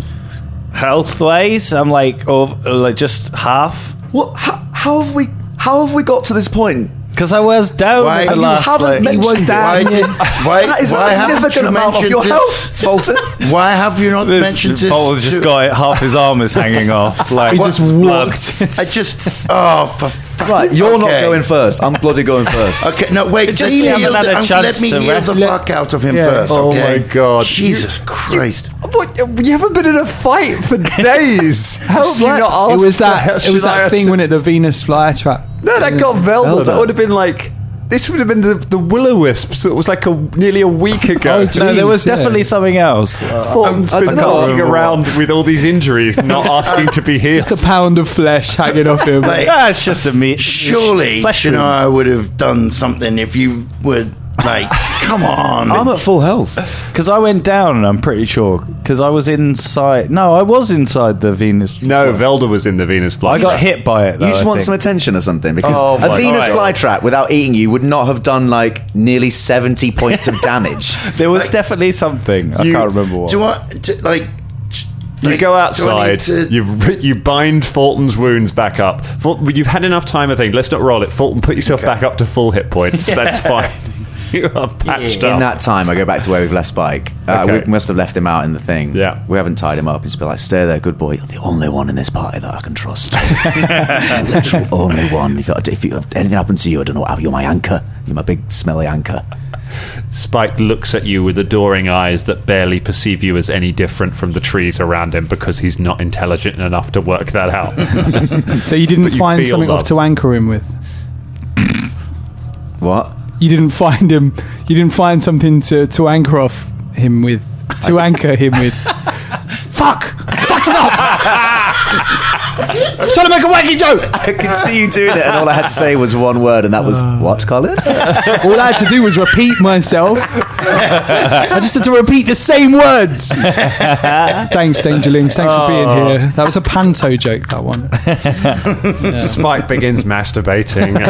health wise. I'm like over, like just half. What? How, how have we? How have we got to this point? Because I was down Why- at the You last. haven't like- mentioned was Why, down. did, why, That is a why haven't significant you amount of mentioned your this? health, Bolton. Why have you not mentioned This this? Bolton's just to- got it. Half his arm is hanging off. Like He just walked. I just. Oh, for fuck. Right, you're Okay. not going first. I'm bloody going first. Okay, no, wait. Just Just give heal him another the, um, chance let me to heal rest. the fuck out of him first. Oh Okay? my God. Jesus Christ! What, you haven't been in a fight for days. How have you not asked? it was for that. help? It was Should I that have thing to- when it the Venus flytrap. No, that got Velda. Velda. That would have been like. This would have been the, the Willow Wisps. It was like a nearly a week ago. geez. no, there was Jeez, yeah. definitely something else. Oh, Thornton's I um, been don't know. walking around with all these injuries, not asking to be here. It's a pound of flesh hanging off him. Like, Ah, it's just a meat. surely, flesh you know, I would have done something if you would. Like, come on! I'm at full health. Because I went down, I'm pretty sure. Because I was inside. No, I was inside the Venus. No, Velda was in the Venus fly. I got hit by it. Though, You just I want think. some attention or something because Oh my a Venus God. flytrap without eating you would not have done like nearly 70 points of damage. There was definitely something. I You- can't remember what. do you want to, like? t- You like, go do I outside. need to- You ri- you bind Fulton's wounds back up. Fulton, you've had enough time. I think. Let's not roll it. Fulton, put yourself back up to full hit points. That's fine. you are patched up. in that time, I go back to where we've left Spike. Uh, Okay. We must have left him out in the thing. Yeah. We haven't tied him up. It's been like, stay there, good boy. You're the only one in this party that I can trust. Literal only one. If, if, you, if anything happens to you, I don't know what happened. You're my anchor. You're my big, smelly anchor. Spike looks at you with adoring eyes that barely perceive you as any different from the trees around him because he's not intelligent enough to work that out. so you didn't you find feel something love. off to anchor him with. What? You didn't find him. You didn't find something to, to anchor off him with. To anchor him with. Fuck! Fucked it up. trying to make a wacky joke. I could see you doing it, and all I had to say was one word, and that was, what, Colin? All I had to do was repeat myself. I just had to repeat the same words. Thanks, Dangerlings. Thanks for being here. That was a panto joke. That one. Spike begins masturbating.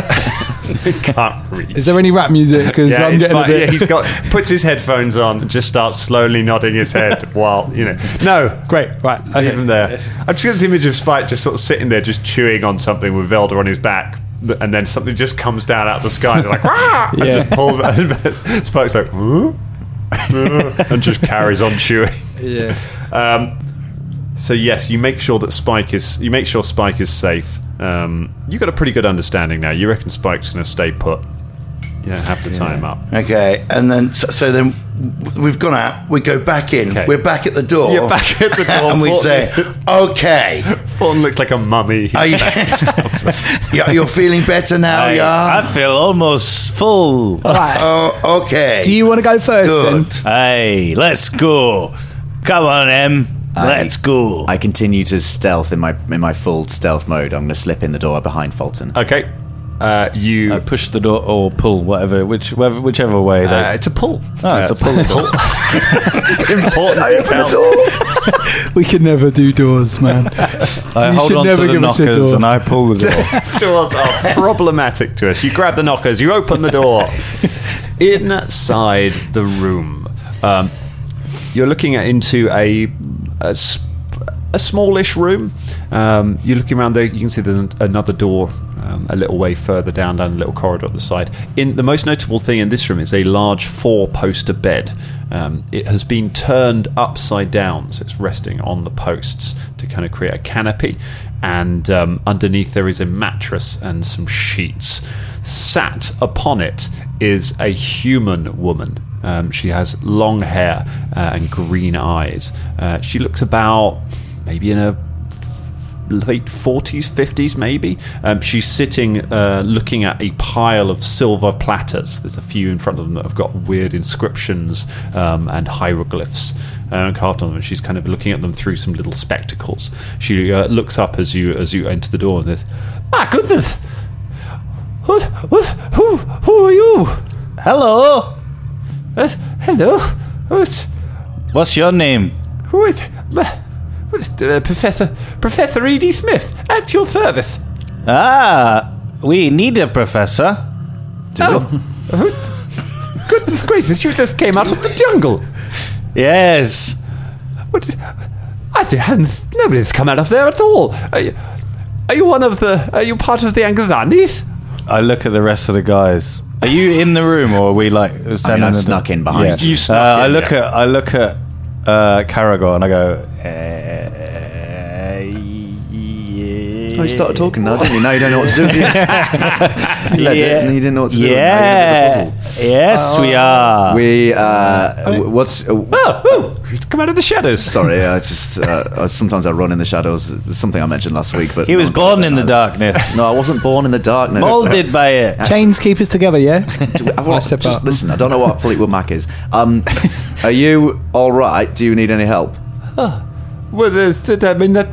Can't read. Is there any rap music? Because Yeah, I'm it's getting a fine. bit. yeah, he's got puts his headphones on, and just starts slowly nodding his head while you know. No, Great. Right. leave him there. I'm just got this image of Spike just sort of sitting there, just chewing on something with Velda on his back, th- and then something just comes down out of the sky, and they're like, "Rah!" and Yeah. just pull. Spike's like, "Huh?" Uh, and just carries on chewing. Um, Yeah. So yes, you make sure that Spike is you make sure Spike is safe. Um, you got a pretty good understanding now. You reckon Spike's going to stay put. You don't have to tie him up. Okay, and then so, so then w- we've gone out. We go back in. Okay. We're back at the door. You're back at the door, and we say, "Okay, Fawn looks like a mummy. are you, Yeah, you're feeling better now, I, yeah? I feel almost full. Oh, okay. Do you want to go first? Good. then? hey, let's go. Come on, Em. I- Let's go. I continue to stealth in my in my full stealth mode. I'm going to slip in the door behind Fulton. Okay. Uh, you. I push the door or pull, whatever, which, whether, whichever way. They, Uh, it's a pull. oh, it's a pull. Important detail. We can never do doors, man. I Uh, You hold should on to never the give us a knockers door. and I pull the door. Doors are uh, problematic to us. You grab the knockers, you open the door. Inside the room, um, you're looking at into a a, s- a smallish room. Um, you're looking around there. You can see there's an, another door um, a little way further down, down a little corridor at the side. In the most notable thing in this room is a large four-poster bed. Um, it has been turned upside down, so it's resting on the posts to kind of create a canopy. And um, underneath there is a mattress and some sheets. Sat upon it is a human woman. Um, she has long hair uh, and green eyes. Uh, she looks about maybe in her late 40s, 50s, maybe. Um, she's sitting uh, looking at a pile of silver platters. There's a few in front of them that have got weird inscriptions um, and hieroglyphs um, carved on them. She's kind of looking at them through some little spectacles. She uh, looks up as you as you enter the door and says, My goodness! What, what, who, who are you? Hello. Uh, hello? What's, What's your name? who is, my- what is uh, Professor Professor Edie Smith at your service? Ah, we need a professor. Oh. Uh, Goodness gracious, you just came out of the jungle. Yes. What? I haven't. Nobody's come out of there at all. Are you, are you one of the. Are you part of the Anglizanis? I look at the rest of the guys. Are you in the room, or are we like? I mean, I snuck in behind you. You snuck uh, I in, look yeah. at I look at uh, Caragor and I go. eh, "Eh, yeah." Oh, you started talking now, didn't you? Now you don't know what to do. do you? you led it, and then you didn't know what to do. and now Yeah. you did the puzzle. Yes, we are. Oh. We, uh, w- what's, uh, Oh, oh, he's come out of the shadows. sorry, I just, uh, I- sometimes I run in the shadows. It's something I mentioned last week, but. He was no one born thought in the about darkness. that. No, I wasn't born in the darkness. Molded by it. Chains keep us together, yeah? I want step just up. listen. I don't know what Fleetwood Mac is. Um, are you all right? Do you need any help? Well, there's- I mean that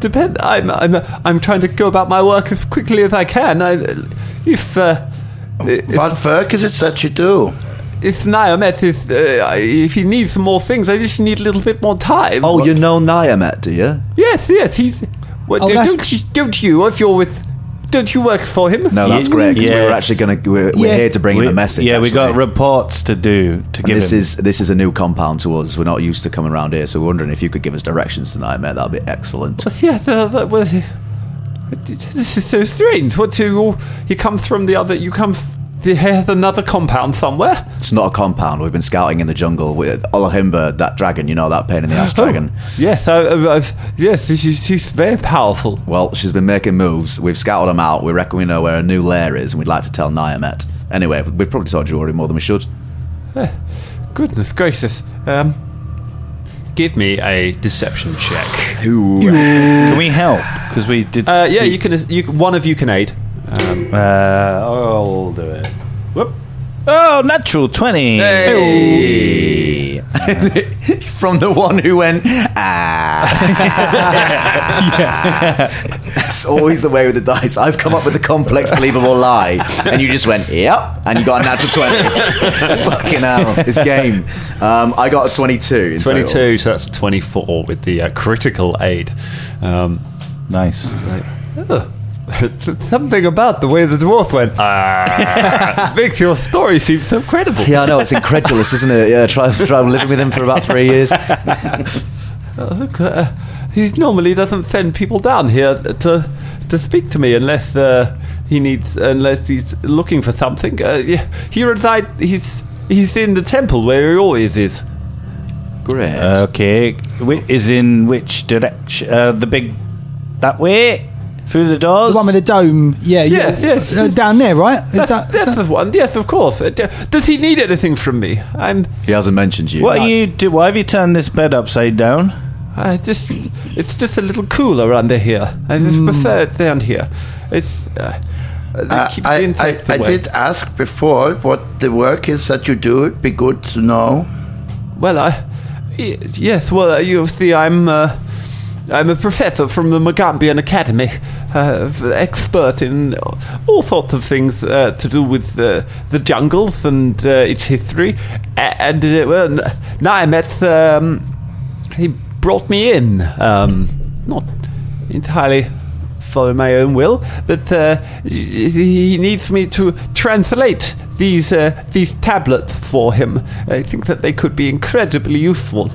depend. I'm I'm I'm trying to go about my work as quickly as I can. I, if uh, But Fergus, it's that you do. if Niamet is uh, if he needs some more things, I just need a little bit more time. Oh, you know Niamat, do you? yes, yes. He's well, Oh, don't that's- you, don't you if you're with don't you work for him? No, that's Ye- great. 'cause we were yes. actually going to. We're, we're Yeah. here to bring We- him a message. Yeah, we got actually. reports to do to And give this him. is this is a new compound to us. We're not used to coming around here, so we're wondering if you could give us directions tonight, mate. That'd be excellent. Yeah, the, the, well, this is so strange. What do you, you come from the other? You come f- the has another compound somewhere. It's not a compound. We've been scouting in the jungle with Olahimba, that dragon. You know that pain in the ass dragon. Yes, I, I, I've, yes, she's, she's very powerful. Well, she's been making moves. We've scouted them out. We reckon we know where a new lair is, and we'd like to tell Niamet. Anyway, we've probably told you already more than we should. Goodness gracious. Um, Give me a deception check. Can we help? Because we did. uh, yeah, you can. You, can- one of you can aid. Uh, I'll do it. Whoop. Oh, natural 20. From the one who went, ah. That's always the way with the dice. I've come up with a complex, believable lie, and you just went, yep, and you got a natural 20. Fucking hell, this game. Um, I got a 22. in total. Twenty-two. So that's twenty-four with the uh, critical aid. Um, nice. Something about the way the dwarf went "Ah," makes your story seem so credible. Yeah, I know, it's incredulous, isn't it? Yeah, try, try living with him for about three years. Uh, look, uh, he normally doesn't send people down here to to speak to me unless uh, he needs unless he's looking for something. Uh, yeah, he reside. He's he's in the temple where he always is. Great. Okay. Whi is in which direction? Uh, the big. That way? Through the doors? The one with the dome, yeah, Yes, yeah, yes. uh, down there, right? Is That's, that, that's the one. Yes, of course. Uh, d- Does he need anything from me? I'm. he hasn't mentioned you. what are you do? Why have you turned this bed upside down? I just, it's just a little cooler under here. I just Hmm. prefer it down here. It's. Uh, it Uh, keeps I, I, the insects I away. did ask before what the work is that you do. It'd be good to know. Well, I. y- Yes, well, uh, you see, I'm. Uh, I'm a professor from the Magambian Academy, uh, f- expert in all sorts of things uh, to do with the, the jungles and uh, its history. A- And uh, well, Niamet, um, he brought me in. Um, not entirely follow my own will, but uh, he he needs me to translate these uh, these tablets for him. Uh, I think that they could be incredibly useful.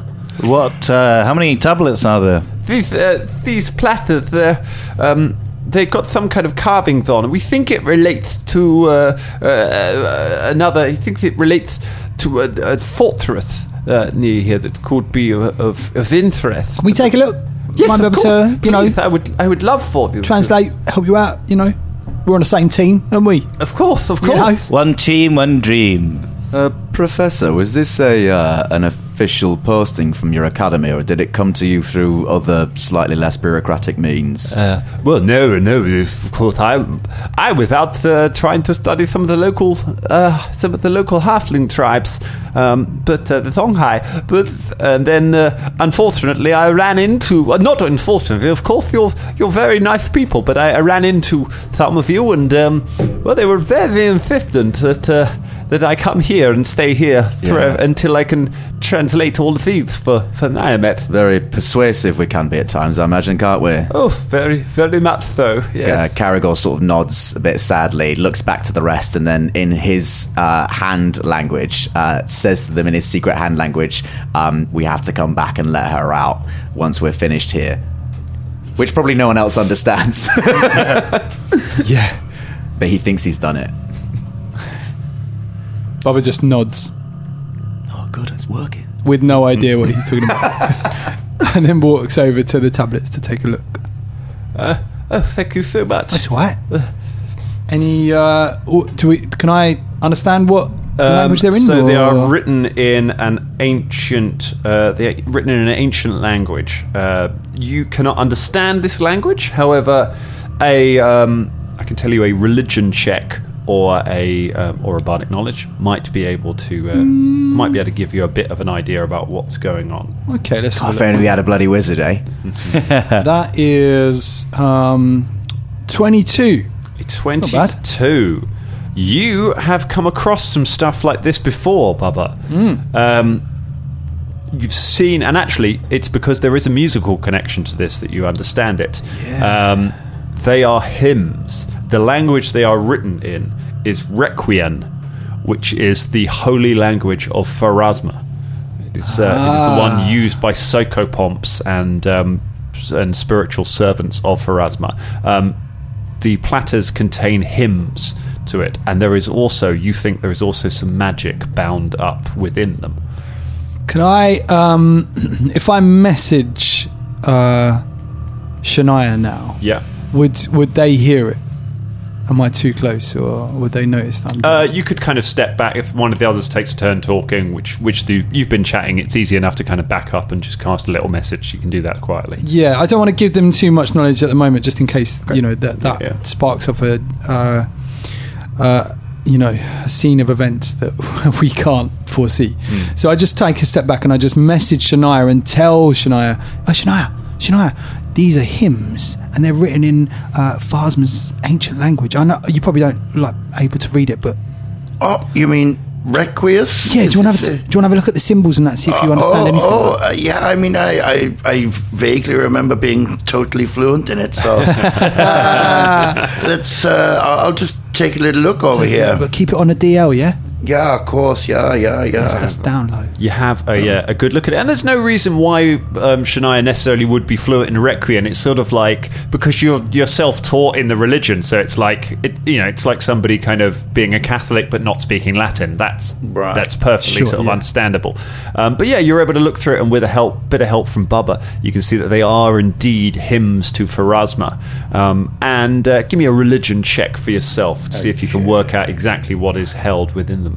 What? Uh, how many tablets are there? These uh, these platters, they're, um, they've got some kind of carvings on. We think it relates to uh, uh, uh, another. He thinks it relates to a, a fortress uh, near here that could be of, of, of interest. we take a look. Yes, Might be of able course. to, you know, Please, I would I would love for you to- translate, help you out, you know. We're on the same team, aren't we? Of course, of You course. know? One team, one dream. Uh, Professor, was this a uh, an official posting from your academy, or did it come to you through other slightly less bureaucratic means? Uh, well, no, no. Of course, I, I was out uh, trying to study some of the local, uh, some of the local halfling tribes, um, but uh, the Songhai. But and then, uh, unfortunately, I ran into uh, not unfortunately, of course, you're you're very nice people, but I, I ran into some of you, and um, well, they were very insistent that. Uh, that I come here and stay here for, Yeah. until I can translate all of these for, for Niamet. Very persuasive we can be at times, I imagine, can't we? Oh, very, very much so. Yes. Uh, Caragor sort of nods a bit sadly, looks back to the rest, and then in his uh, hand language, uh, says to them in his secret hand language, um, "We have to come back and let her out once we're finished here," which probably no one else understands. Yeah. but he thinks he's done it. Bubba just nods Oh, good, it's working. with no idea what he's talking about, and then walks over to the tablets to take a look. Oh, thank you so much. That's right. Any? Uh, w- do we? Can I understand what language they're in? Um, so they are or- written in an ancient, uh, they are written in an ancient language. Uh, you cannot understand this language. However, a um, I can tell you a religion check or a um, or a bardic knowledge might be able to uh, might be able to give you a bit of an idea about what's going on. okay. Let's have a If look. only we had a bloody wizard, eh? That is um, twenty-two. bad. Twenty-two. You have come across some stuff like this before, Bubba. Um, you've seen, and actually, it's because there is a musical connection to this that you understand it. Um, they are hymns. The language they are written in is Requiem, which is the holy language of Pharasma. It's, uh, it is the one used by psychopomps and um, and spiritual servants of Pharasma. Um, the platters contain hymns to it, and there is also you think there is also some magic bound up within them. Can I, um, if I message uh, Shania now, Yeah. would would they hear it? Am I too close, or would they notice that? I'm doing Uh, you could kind of step back if one of the others takes a turn talking, which which the, you've been chatting. It's easy enough to kind of back up and just cast a little message. You can do that quietly. Yeah, I don't want to give them too much knowledge at the moment, just in case you know that that Yeah, yeah. sparks up a, uh, uh, you know, a scene of events that we can't foresee. Hmm. So I just take a step back and I just message Shania and tell Shania, oh, Shania, Shania, these are hymns and they're written in uh, Farsman's ancient language. I know you probably don't like able to read it, but Oh, you mean Requius? yeah, do Is you want it to have a- a, do you want to have a look at the symbols and that see if you understand oh, anything? oh, uh, yeah. I mean, I, I, I vaguely remember being totally fluent in it. So uh, let's. Uh, I'll I'll just take a little look over here. But keep it on a DL, yeah. Yeah, of course. Yeah, yeah, yeah. That's down low. You have a, yeah, a good look at it, and there's no reason why um, Shania necessarily would be fluent in Requiem. It's sort of like because you're you're self-taught in the religion, so it's like it, you know, it's like somebody kind of being a Catholic but not speaking Latin. That's Right. that's perfectly Sure, sort of yeah. understandable. Um, but yeah, you're able to look through it, and with a help, bit of help from Bubba, you can see that they are indeed hymns to Pharasma. Um, and uh, give me a religion check for yourself to see if you can work out exactly what is held within them.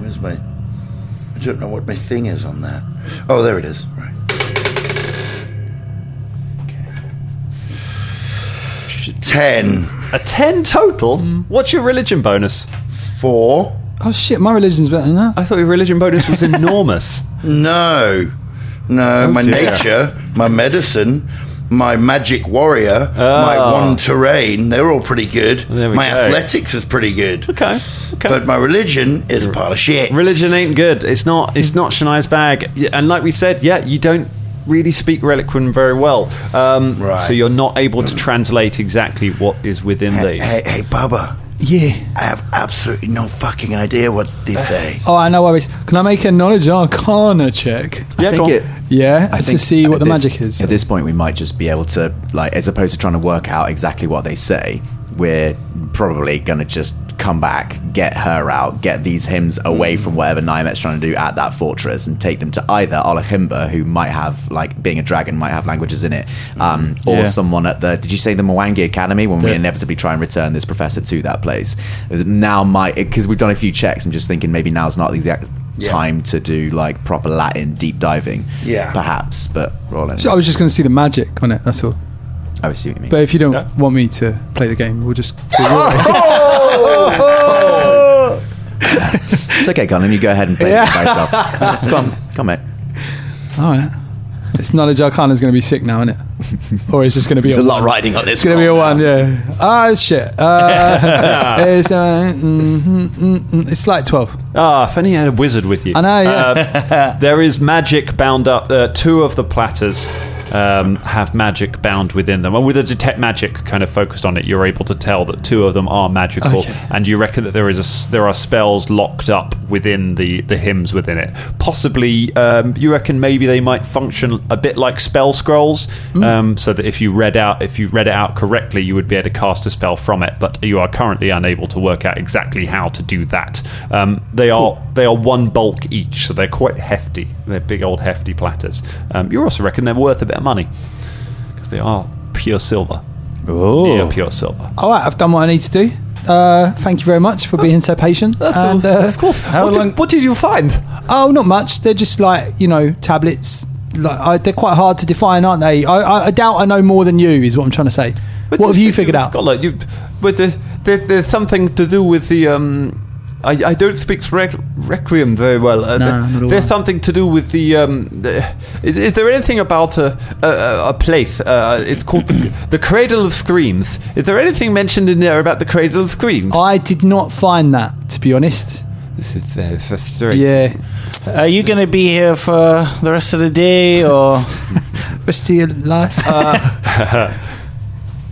Where's my? I don't know what my thing is on that. Oh, there it is. Right. Okay. Ten. A 10 total? What's your religion bonus? Four. Oh shit, my religion's better than that. I thought your religion bonus was enormous. No, no. Oh, my nature, my medicine, my magic warrior, my one terrain—they're all pretty good. Oh. There we My go. athletics is pretty good. Okay, okay. But my religion is a pile of shit. religion ain't good. It's not it's not Shania's bag. Yeah, And like we said, yeah, you don't really speak Reliquin very well. Um, Right. So you're not able to translate exactly what is within Hey, these. hey, hey, Bubba. Yeah. I have absolutely no fucking idea what they Uh, say. Oh, I know worries. Can I make a knowledge arcana check? Yeah, go on. Yeah, to think see what at the this- magic is. At this point, we might just be able to, like, as opposed to trying to work out exactly what they say, we're probably going to just come back, get her out, get these hymns away from whatever Naimet's trying to do at that fortress, and take them to either Olahimba, who might have, like, being a dragon, might have languages in it, um, or Mm. Yeah. someone at the, did you say the Mwangi Academy, when we inevitably try and return this professor to that place? Now might, because we've done a few checks, I'm just thinking maybe now's not the exact. Yeah. Time to do like proper Latin deep diving, Yeah. perhaps. But rolling. So I was just going to see the magic on it. That's all. I see what you mean. But if you don't want me to play the game, we'll just. do it your way. it's okay, Conan. You go ahead and play it by yourself. come, come on. all right. This knowledge arcana is going to be sick now, isn't it? Or it's just going to be a, one. riding on this. It's going to be a one. Yeah. Ah shit. Uh, it's, uh, mm, mm, mm, mm. it's like twelve. Ah, if only you had a wizard with you. I know. Yeah. There is magic bound up. Uh, two of the platters um, have magic bound within them. And with a detect magic kind of focused on it, you're able to tell that two of them are magical, Okay. and you reckon that there is a s there are spells locked up within the the hymns within it. Possibly, um, you reckon maybe they might function a bit like spell scrolls, Mm. um, so that if you read out if you read it out correctly, you would be able to cast a spell from it. But you are currently unable to work out exactly how to do that. Um, they are they are one bulk each, so they're quite hefty. They're big old hefty platters. Um, you also reckon they're worth a bit of money because they are pure silver. Oh. Yeah, pure silver. All right, I've done what I need to do. Uh, thank you very much for being so patient. And, uh, Of course. How what, long- did, what did you find? Oh, not much. They're just like you know tablets. Like I, they're quite hard to define, aren't they? I, I, I doubt I know more than you. Is what I'm trying to say. But what have it's- you figured it's out? got like you, but the, the, there's something to do with the. Um, I, I don't speak rec- requiem very well. No, Uh, th- not at there's all. something to do with the. Um, the is, is there anything about a, a, a place? Uh, it's called the, the Cradle of Screams. Is there anything mentioned in there about the Cradle of Screams? I did not find that, to be honest. This is very frustrating. Yeah, Are you going to be here for the rest of the day, or rest of your life.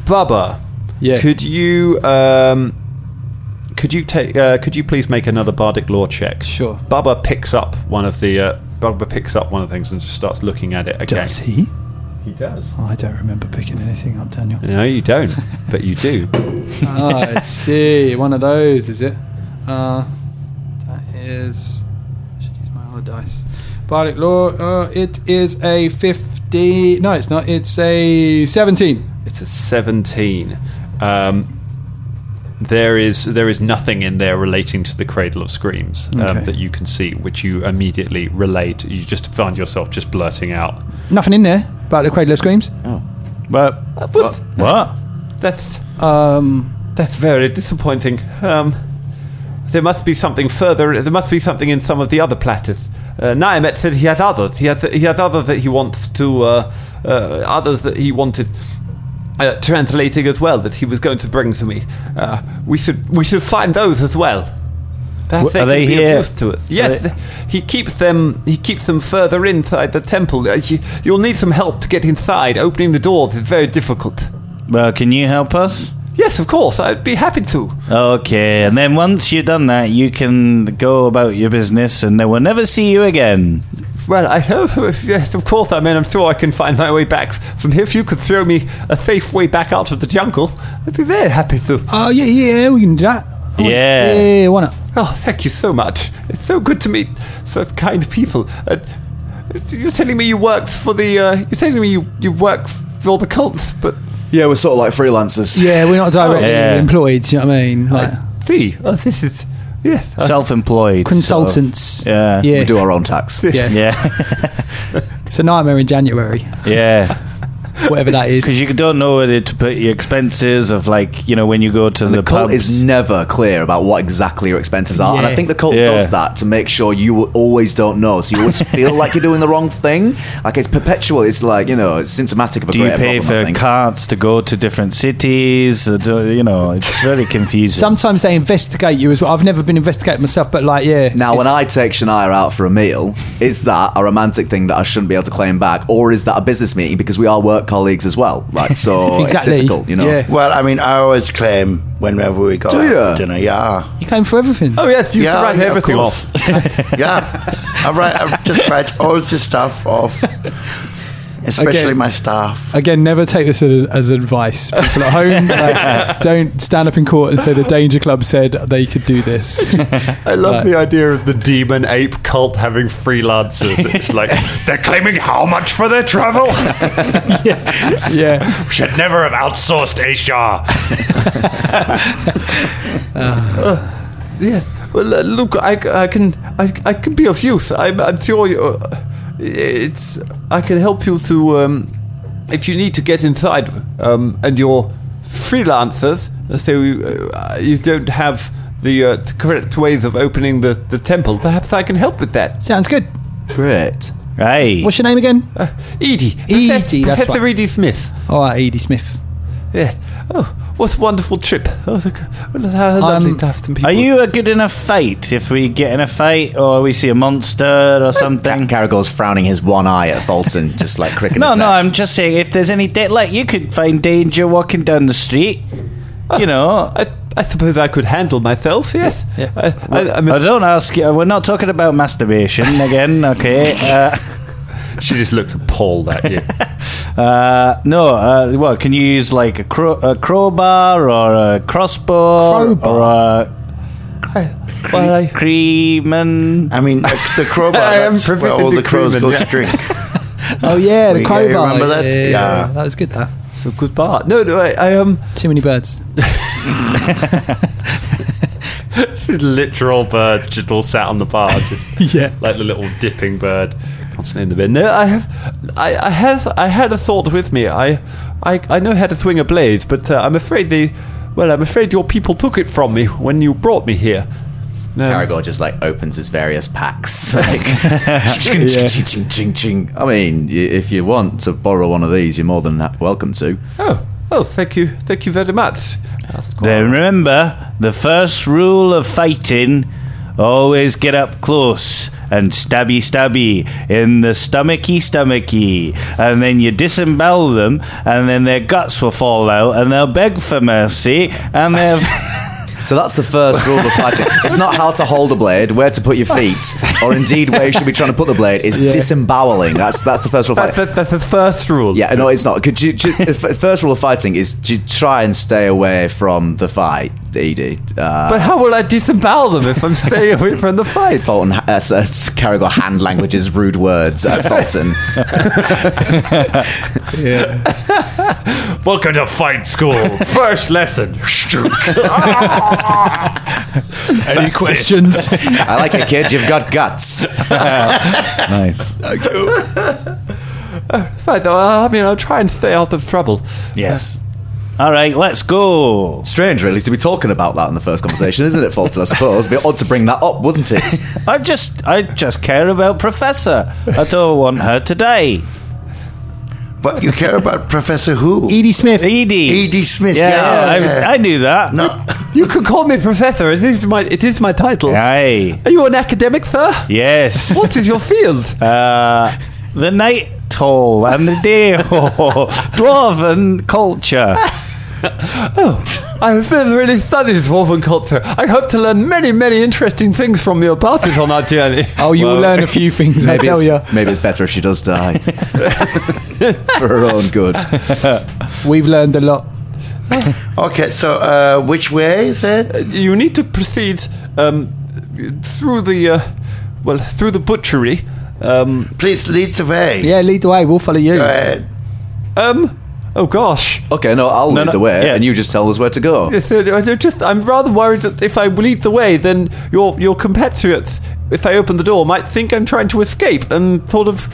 Bubba, yeah. could you um, could you take uh, could you please make another bardic law check? Sure. Bubba picks up one of the uh, Bubba picks up one of the things and just starts looking at it again. Does he? He does. Oh, I don't remember picking anything up, Daniel. No, you don't, but you do. oh, I see. One of those, is it? Uh, that is. I should use my other dice. Bardic Law. Uh, it is a 50. No, it's not. It's a 17. It's a seventeen. Um, there is there is nothing in there relating to the Cradle of Screams um, Okay. that you can see, which you immediately relate. You just find yourself just blurting out. Nothing in there about the Cradle of Screams. but What? what? That's Um, That's very disappointing. Um, there must be something further. There must be something in some of the other platters. Uh, Naimet said he had others. He had he had others that he wants to uh, uh, others that he wanted uh, translating as well that he was going to bring to me. Uh, we should we should find those as well. Perhaps Are could they be of here? use to us. Yes, they- he keeps them. He keeps them further inside the temple. Uh, you, you'll need some help to get inside. Opening the doors is very difficult. Well, can you help us? Yes, of course. I'd be happy to. Okay, and then once you've done that, you can go about your business, and they will never see you again. Well, I hope, yes, of course, I mean, I'm sure I can find my way back from here. If you could throw me a safe way back out of the jungle, I'd be very happy to. oh, yeah, yeah, we can do that. I want- Yeah. Yeah, why not? Oh, thank you so much. It's so good to meet such kind people. Uh, you're telling me you worked for the, uh, you're telling me you, you work for the cults, but Yeah, we're sort of like freelancers. Yeah, we're not directly yeah. employed, you know what I mean? Like see, oh, this is, yes. I- Self-employed consultants. sort of. Yeah, Yeah. We do our own tax. yeah. yeah, It's a nightmare in January, yeah. whatever that is. Because you don't know whether to put your expenses of like you know when you go to The, the, cult pubs. is never clear about what exactly your expenses are, and I Yeah. think the cult Yeah. does that to make sure you always don't know, so you always feel like you're doing the wrong thing. Like it's perpetual. It's like you know, it's symptomatic of a do you greater pay problem, I for think. carts to go to different cities? Or do, you know, it's very confusing. Sometimes they investigate you as well. I've never been investigated myself, but like, yeah. Now, when it's- I take Shania out for a meal, is that a romantic thing that I shouldn't be able to claim back, or is that a business meeting because we are work colleagues as well? Like, so Exactly. it's difficult, you know. Yeah. Well, I mean, I always claim whenever we go Do out ya? for dinner, yeah, you claim for everything. Oh, yes, you Yeah, can write yeah, of everything course. off. yeah. I write, I just write all the stuff off, especially Okay. my staff. Again, never take this as, as advice. People at home, like, don't stand up in court and say the Danger Club said they could do this. I love the idea of the demon ape cult having freelancers. It's like, they're claiming how much for their travel? yeah. We should never have outsourced HR. yes. Well, uh, look, I, c- I can I, c- I can be of use. I'm, I'm sure you, uh, it's I can help you to um, if you need to get inside um, and you're freelancers, so you, uh, you don't have the, uh, the correct ways of opening the, the temple. Perhaps I can help with that. Sounds good. Great. Hey, What's your name again? Edie, Edie, that's Professor right. Edie Smith. All right, Edie Smith. Yeah. Oh, what a wonderful trip. Oh, the, well, how lovely Um, to have them people. Are you a good enough fight if we get in a fight or we see a monster or something? Caragor's frowning his one eye at Fulton, just like cricket. No, no, I'm just saying if there's any da- like you could find danger walking down the street. You know, Ah, I, I suppose I could handle myself, yes. I, I, I mean, I don't ask you. We're not talking about masturbation again, okay? Uh, she just looks appalled at you. uh, no, uh, what can you use like a, crow- a crowbar or a crossbow or a well, I, creeman? I mean, the, the crowbar, I am that's where all perfectly the crows go crewman, to drink. Oh yeah, the Yeah, crowbar. you remember that? Yeah, yeah, Yeah. yeah. that was good. That it's a good bar. No, no, I, I um, too many birds. this is literal birds just all sat on the bar, just Yeah. like the little dipping bird constantly in the bin. No, I have, I, I have, I had a thought with me. I, I, I know how to swing a blade, but uh, I'm afraid they, well, I'm afraid your people took it from me when you brought me here. No, Caragor just like opens his various packs. Like, ching, ching, ching, ching, ching, ching. I mean, y- if you want to borrow one of these, you're more than ha- welcome to. Oh, oh, thank you, thank you very much. Then remember the first rule of fighting: always get up close and stabby stabby in the stomachy stomachy, and then you disembowel them, and then their guts will fall out, and they'll beg for mercy, and they'll. So that's the first rule of fighting. It's not how to hold a blade, where to put your feet, or indeed where you should be trying to put the blade. It's disemboweling. That's that's the first rule of That, fighting. that, that's the first rule. Yeah, no, it's not. Could you, ju- the f- first rule of fighting is to try and stay away from the fight, Edie. Uh, But how will I disembowel them if I'm staying away from the fight? Fulton, uh, s- uh, s- Carragher hand languages rude words at Fulton. Welcome to fight school. First lesson. Any questions? I like it, kid. You've got guts. nice. But, uh, I mean, I'll try and stay out of trouble. Yes. All right, let's go. Strange, really, to be talking about that in the first conversation, isn't it, Fulton? I suppose. It'd be odd to bring that up, wouldn't it? I just, I just care about Professor. I don't want her to die. But you care about Professor Who? Edie Smith. Edie. Edie Smith. Yeah, Yeah, yeah. I, I knew that. No, You can call me professor. It is my, it is my title. Aye. Are you an academic, sir? Yes. What is your field? Uh, the night hall and the day hall. Dwarven culture. I have really studied dwarven culture. I hope to learn many, many interesting things from your parties on our journey. Oh, you will learn a few things. I Maybe tell you, it's, maybe it's better if she does die for her own good. we've learned a lot. Okay, so uh, which way is it? You need to proceed um, through the, uh, well, through the butchery. Um, Please lead the way. Uh, Yeah, lead the way. We'll follow you. Go ahead. um, oh gosh. Okay, no, I'll lead no, the way, yeah. and you just tell us where to go. Yes, uh, I just I'm rather worried that if I lead the way, then your your compatriots, if I open the door, might think I'm trying to escape and sort of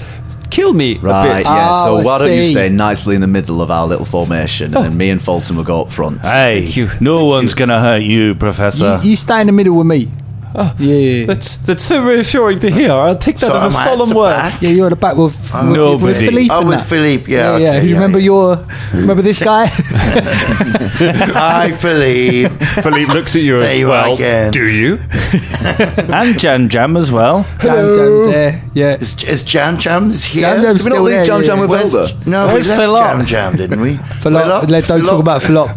kill me a Right, bit. yeah. Oh, so I why don't you see. stay nicely in the middle of our little formation, and then me and Fulton will go up front. Oh. Hey, you. no one's going to hurt you, Professor. You, you stay in the middle with me. Oh. yeah, That's that's so reassuring to hear. I'll take that So as a am I at solemn the word. back? yeah. You're at the back with, with, with Nobody. Philippe. Oh, and with that. Philippe, yeah. Yeah, yeah. okay, you remember yeah. your remember this guy? Hi, Philippe. Philippe looks at you. There you are again. you? and Jam Jam as well. Jam Jam's there. Yeah. Is, is Jam Jam is here? Jam Jam's Did we not still leave there, Jam yeah. Jam with Where's- Elder? No, Where's we left Philip? Jam Jam, didn't we? Philop, let- don't talk Philop. about Philop.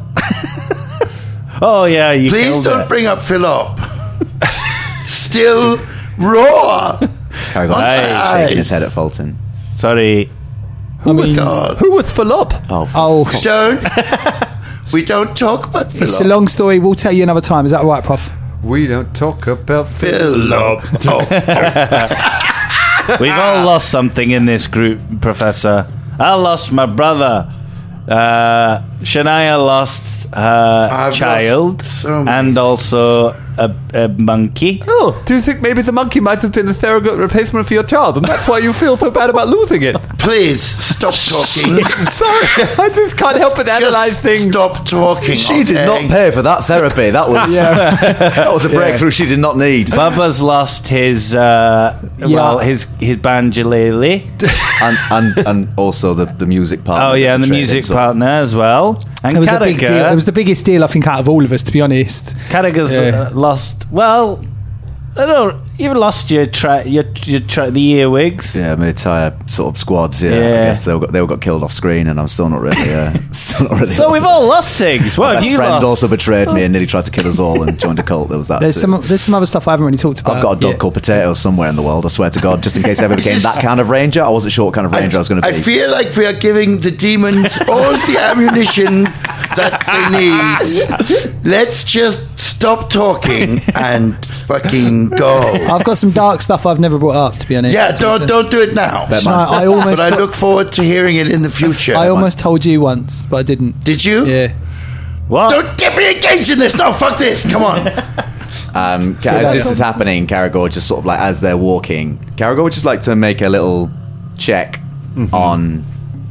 Oh, yeah, you Please killed don't it. bring up Philop. Still raw. Caragor Aye. shaking his head at Fulton. Sorry. I mean, God. Who was Philop? Oh, f- oh, Don't. We don't talk about it's a Philop. long story. We'll tell you another time. Is that all right, Prof? We don't talk about Philop. Oh, We've Ah. all lost something in this group, Professor. I lost my brother. Uh, Shania lost her I've child lost so many and also a, a monkey. Oh, do you think maybe the monkey might have been a surrogate replacement for your child, and that's why you feel so bad about losing it? Please stop talking. Sorry, I just can't help but analyze Just things. stop talking. She did not okay? pay for that therapy. That was that was a breakthrough she did not need. Bubba's lost his uh, well Yeah. his his banjolele. and, and and also the, the music part. Oh yeah, and the music partner as well. And It was a big Karaka- deal. It was the biggest deal I think out of all of us, to be honest. Carragher's Yeah. uh, lost. Well, I don't. You've lost your tra- your your tra- the earwigs. Yeah, my entire sort of squads. Yeah, I Yeah. guess they all got they all got killed off screen, and I'm still not really. Uh, still not really. So we've all lost things. What My have best you friend lost? also betrayed me and nearly tried to kill us all and joined a cult. There was that. There's too. some there's some other stuff I haven't really talked about. I've got a dog yet. called Potato somewhere in the world. I swear to God, just in case I ever became that kind of ranger. I wasn't sure what kind of ranger I, was going to I be. feel like we are giving the demons all the ammunition that they need. Let's just stop talking and fucking go. I've got some dark stuff I've never brought up, to be honest. Yeah, don't don't do it now. No, I almost But I to- look forward to hearing it in the future. I almost told you once, but I didn't. Did you? Yeah. What? Don't get me engaged in this. No, fuck this. Come on. Um, Ca- as this is happening, Caragor just sort of like as they're walking, Caragor would just like to make a little check on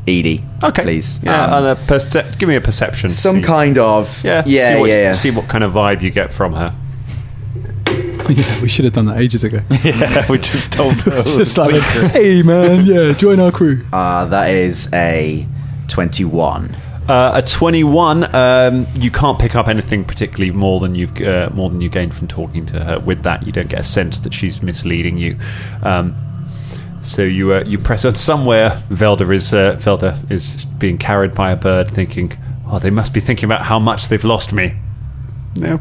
Edie. Okay. please. Yeah, Um, and a percep- give me a perception. some see- kind of Yeah, yeah, see what, yeah, yeah. See what kind of vibe you get from her. yeah, we should have done that ages ago. we just don't know. Just like, hey man, yeah, join our crew. Uh, that is a twenty-one. Uh, at 21, um, you can't pick up anything particularly more than you've uh, more than you gained from talking to her. With that, you don't get a sense that she's misleading you. Um, so you uh, you press on somewhere. Velda is uh, Velda is being carried by a bird, thinking, "Oh, they must be thinking about how much they've lost me." No.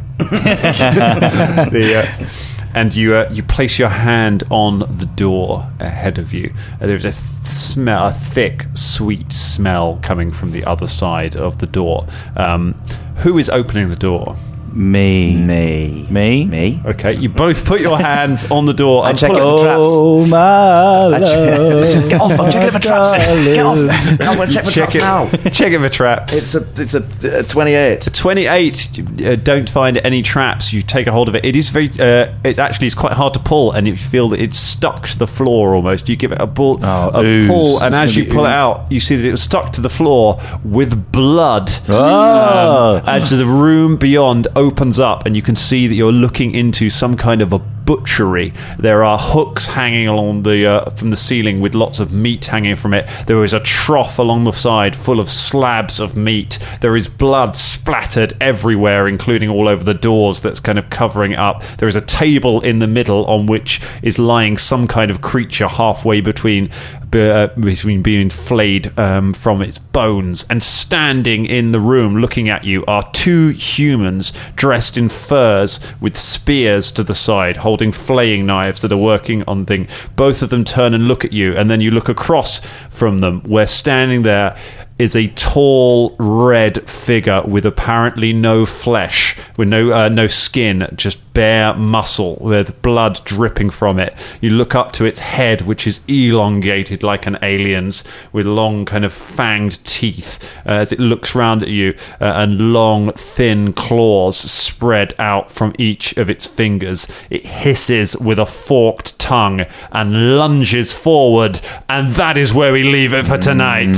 the, uh, and you uh, you place your hand on the door ahead of you. And there's a th- smell, a thick, sweet smell coming from the other side of the door. Um, who is opening the door? Me. Me, Me? me. Okay, you both put your hands on the door. I and check pull out the traps. Oh my love. Get off! I'm checking for traps. Get off! I'm going to check for Check traps it. now. Check if a traps. It's a it's a, a twenty-eight. 28 uh, don't find any traps you take a hold of it it is very uh, it actually is quite hard to pull and you feel that it's stuck to the floor almost you give it a, pull, a Oh, ooze. pull and It's as gonna you be pull it ooze. out you see that it was stuck to the floor with blood Oh. um, and the room beyond opens up and you can see that you're looking into some kind of a butchery there are hooks hanging along the uh, from the ceiling with lots of meat hanging from it there is a trough along the side full of slabs of meat there is blood splattered everywhere including all over the doors that's kind of covering up there is a table in the middle on which is lying some kind of creature halfway between be- uh, between being flayed um, from its bones and standing in the room looking at you are two humans dressed in furs with spears to the side holding flaying knives that are working on thing both of them turn and look at you and then you look across from them where standing there is a tall red figure with apparently no flesh, with no uh, no skin, just bare muscle with blood dripping from it. You look up to its head, which is elongated like an alien's, with long kind of fanged teeth uh, as it looks round at you, uh, and long thin claws spread out from each of its fingers. It hisses with a forked tongue and lunges forward, and that is where we leave it for tonight.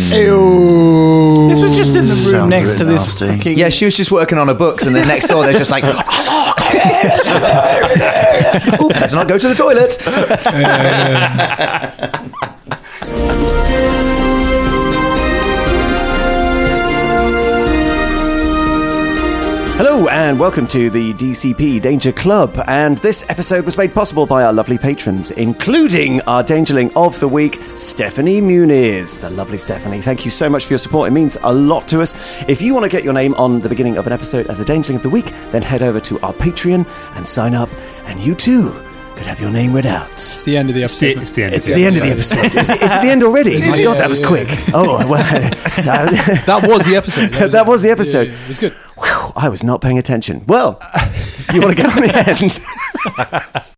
This was just in the room Sounds next a to bit this nasty. fucking. Yeah, she was just working on her books, and then next door they're just like, "Oop, let's not go to the toilet." Hello and welcome to the DCP Danger Club. And this episode was made possible by our lovely patrons, including our Dangerling of the Week, Stephanie Muniz. The lovely Stephanie, thank you so much for your support. It means a lot to us. If you want to get your name on the beginning of an episode as a Dangerling of the Week, then head over to our Patreon and sign up, and you too could have your name read out. It's the end of the episode. It's the end. It's the end of the episode. Is it, is it the end already? My it? Yeah, God, that was yeah. quick. Oh, well. no. that was the episode. That was the Yeah, episode. yeah, it was good. Whew, I was not paying attention. Well, you want to go on the end?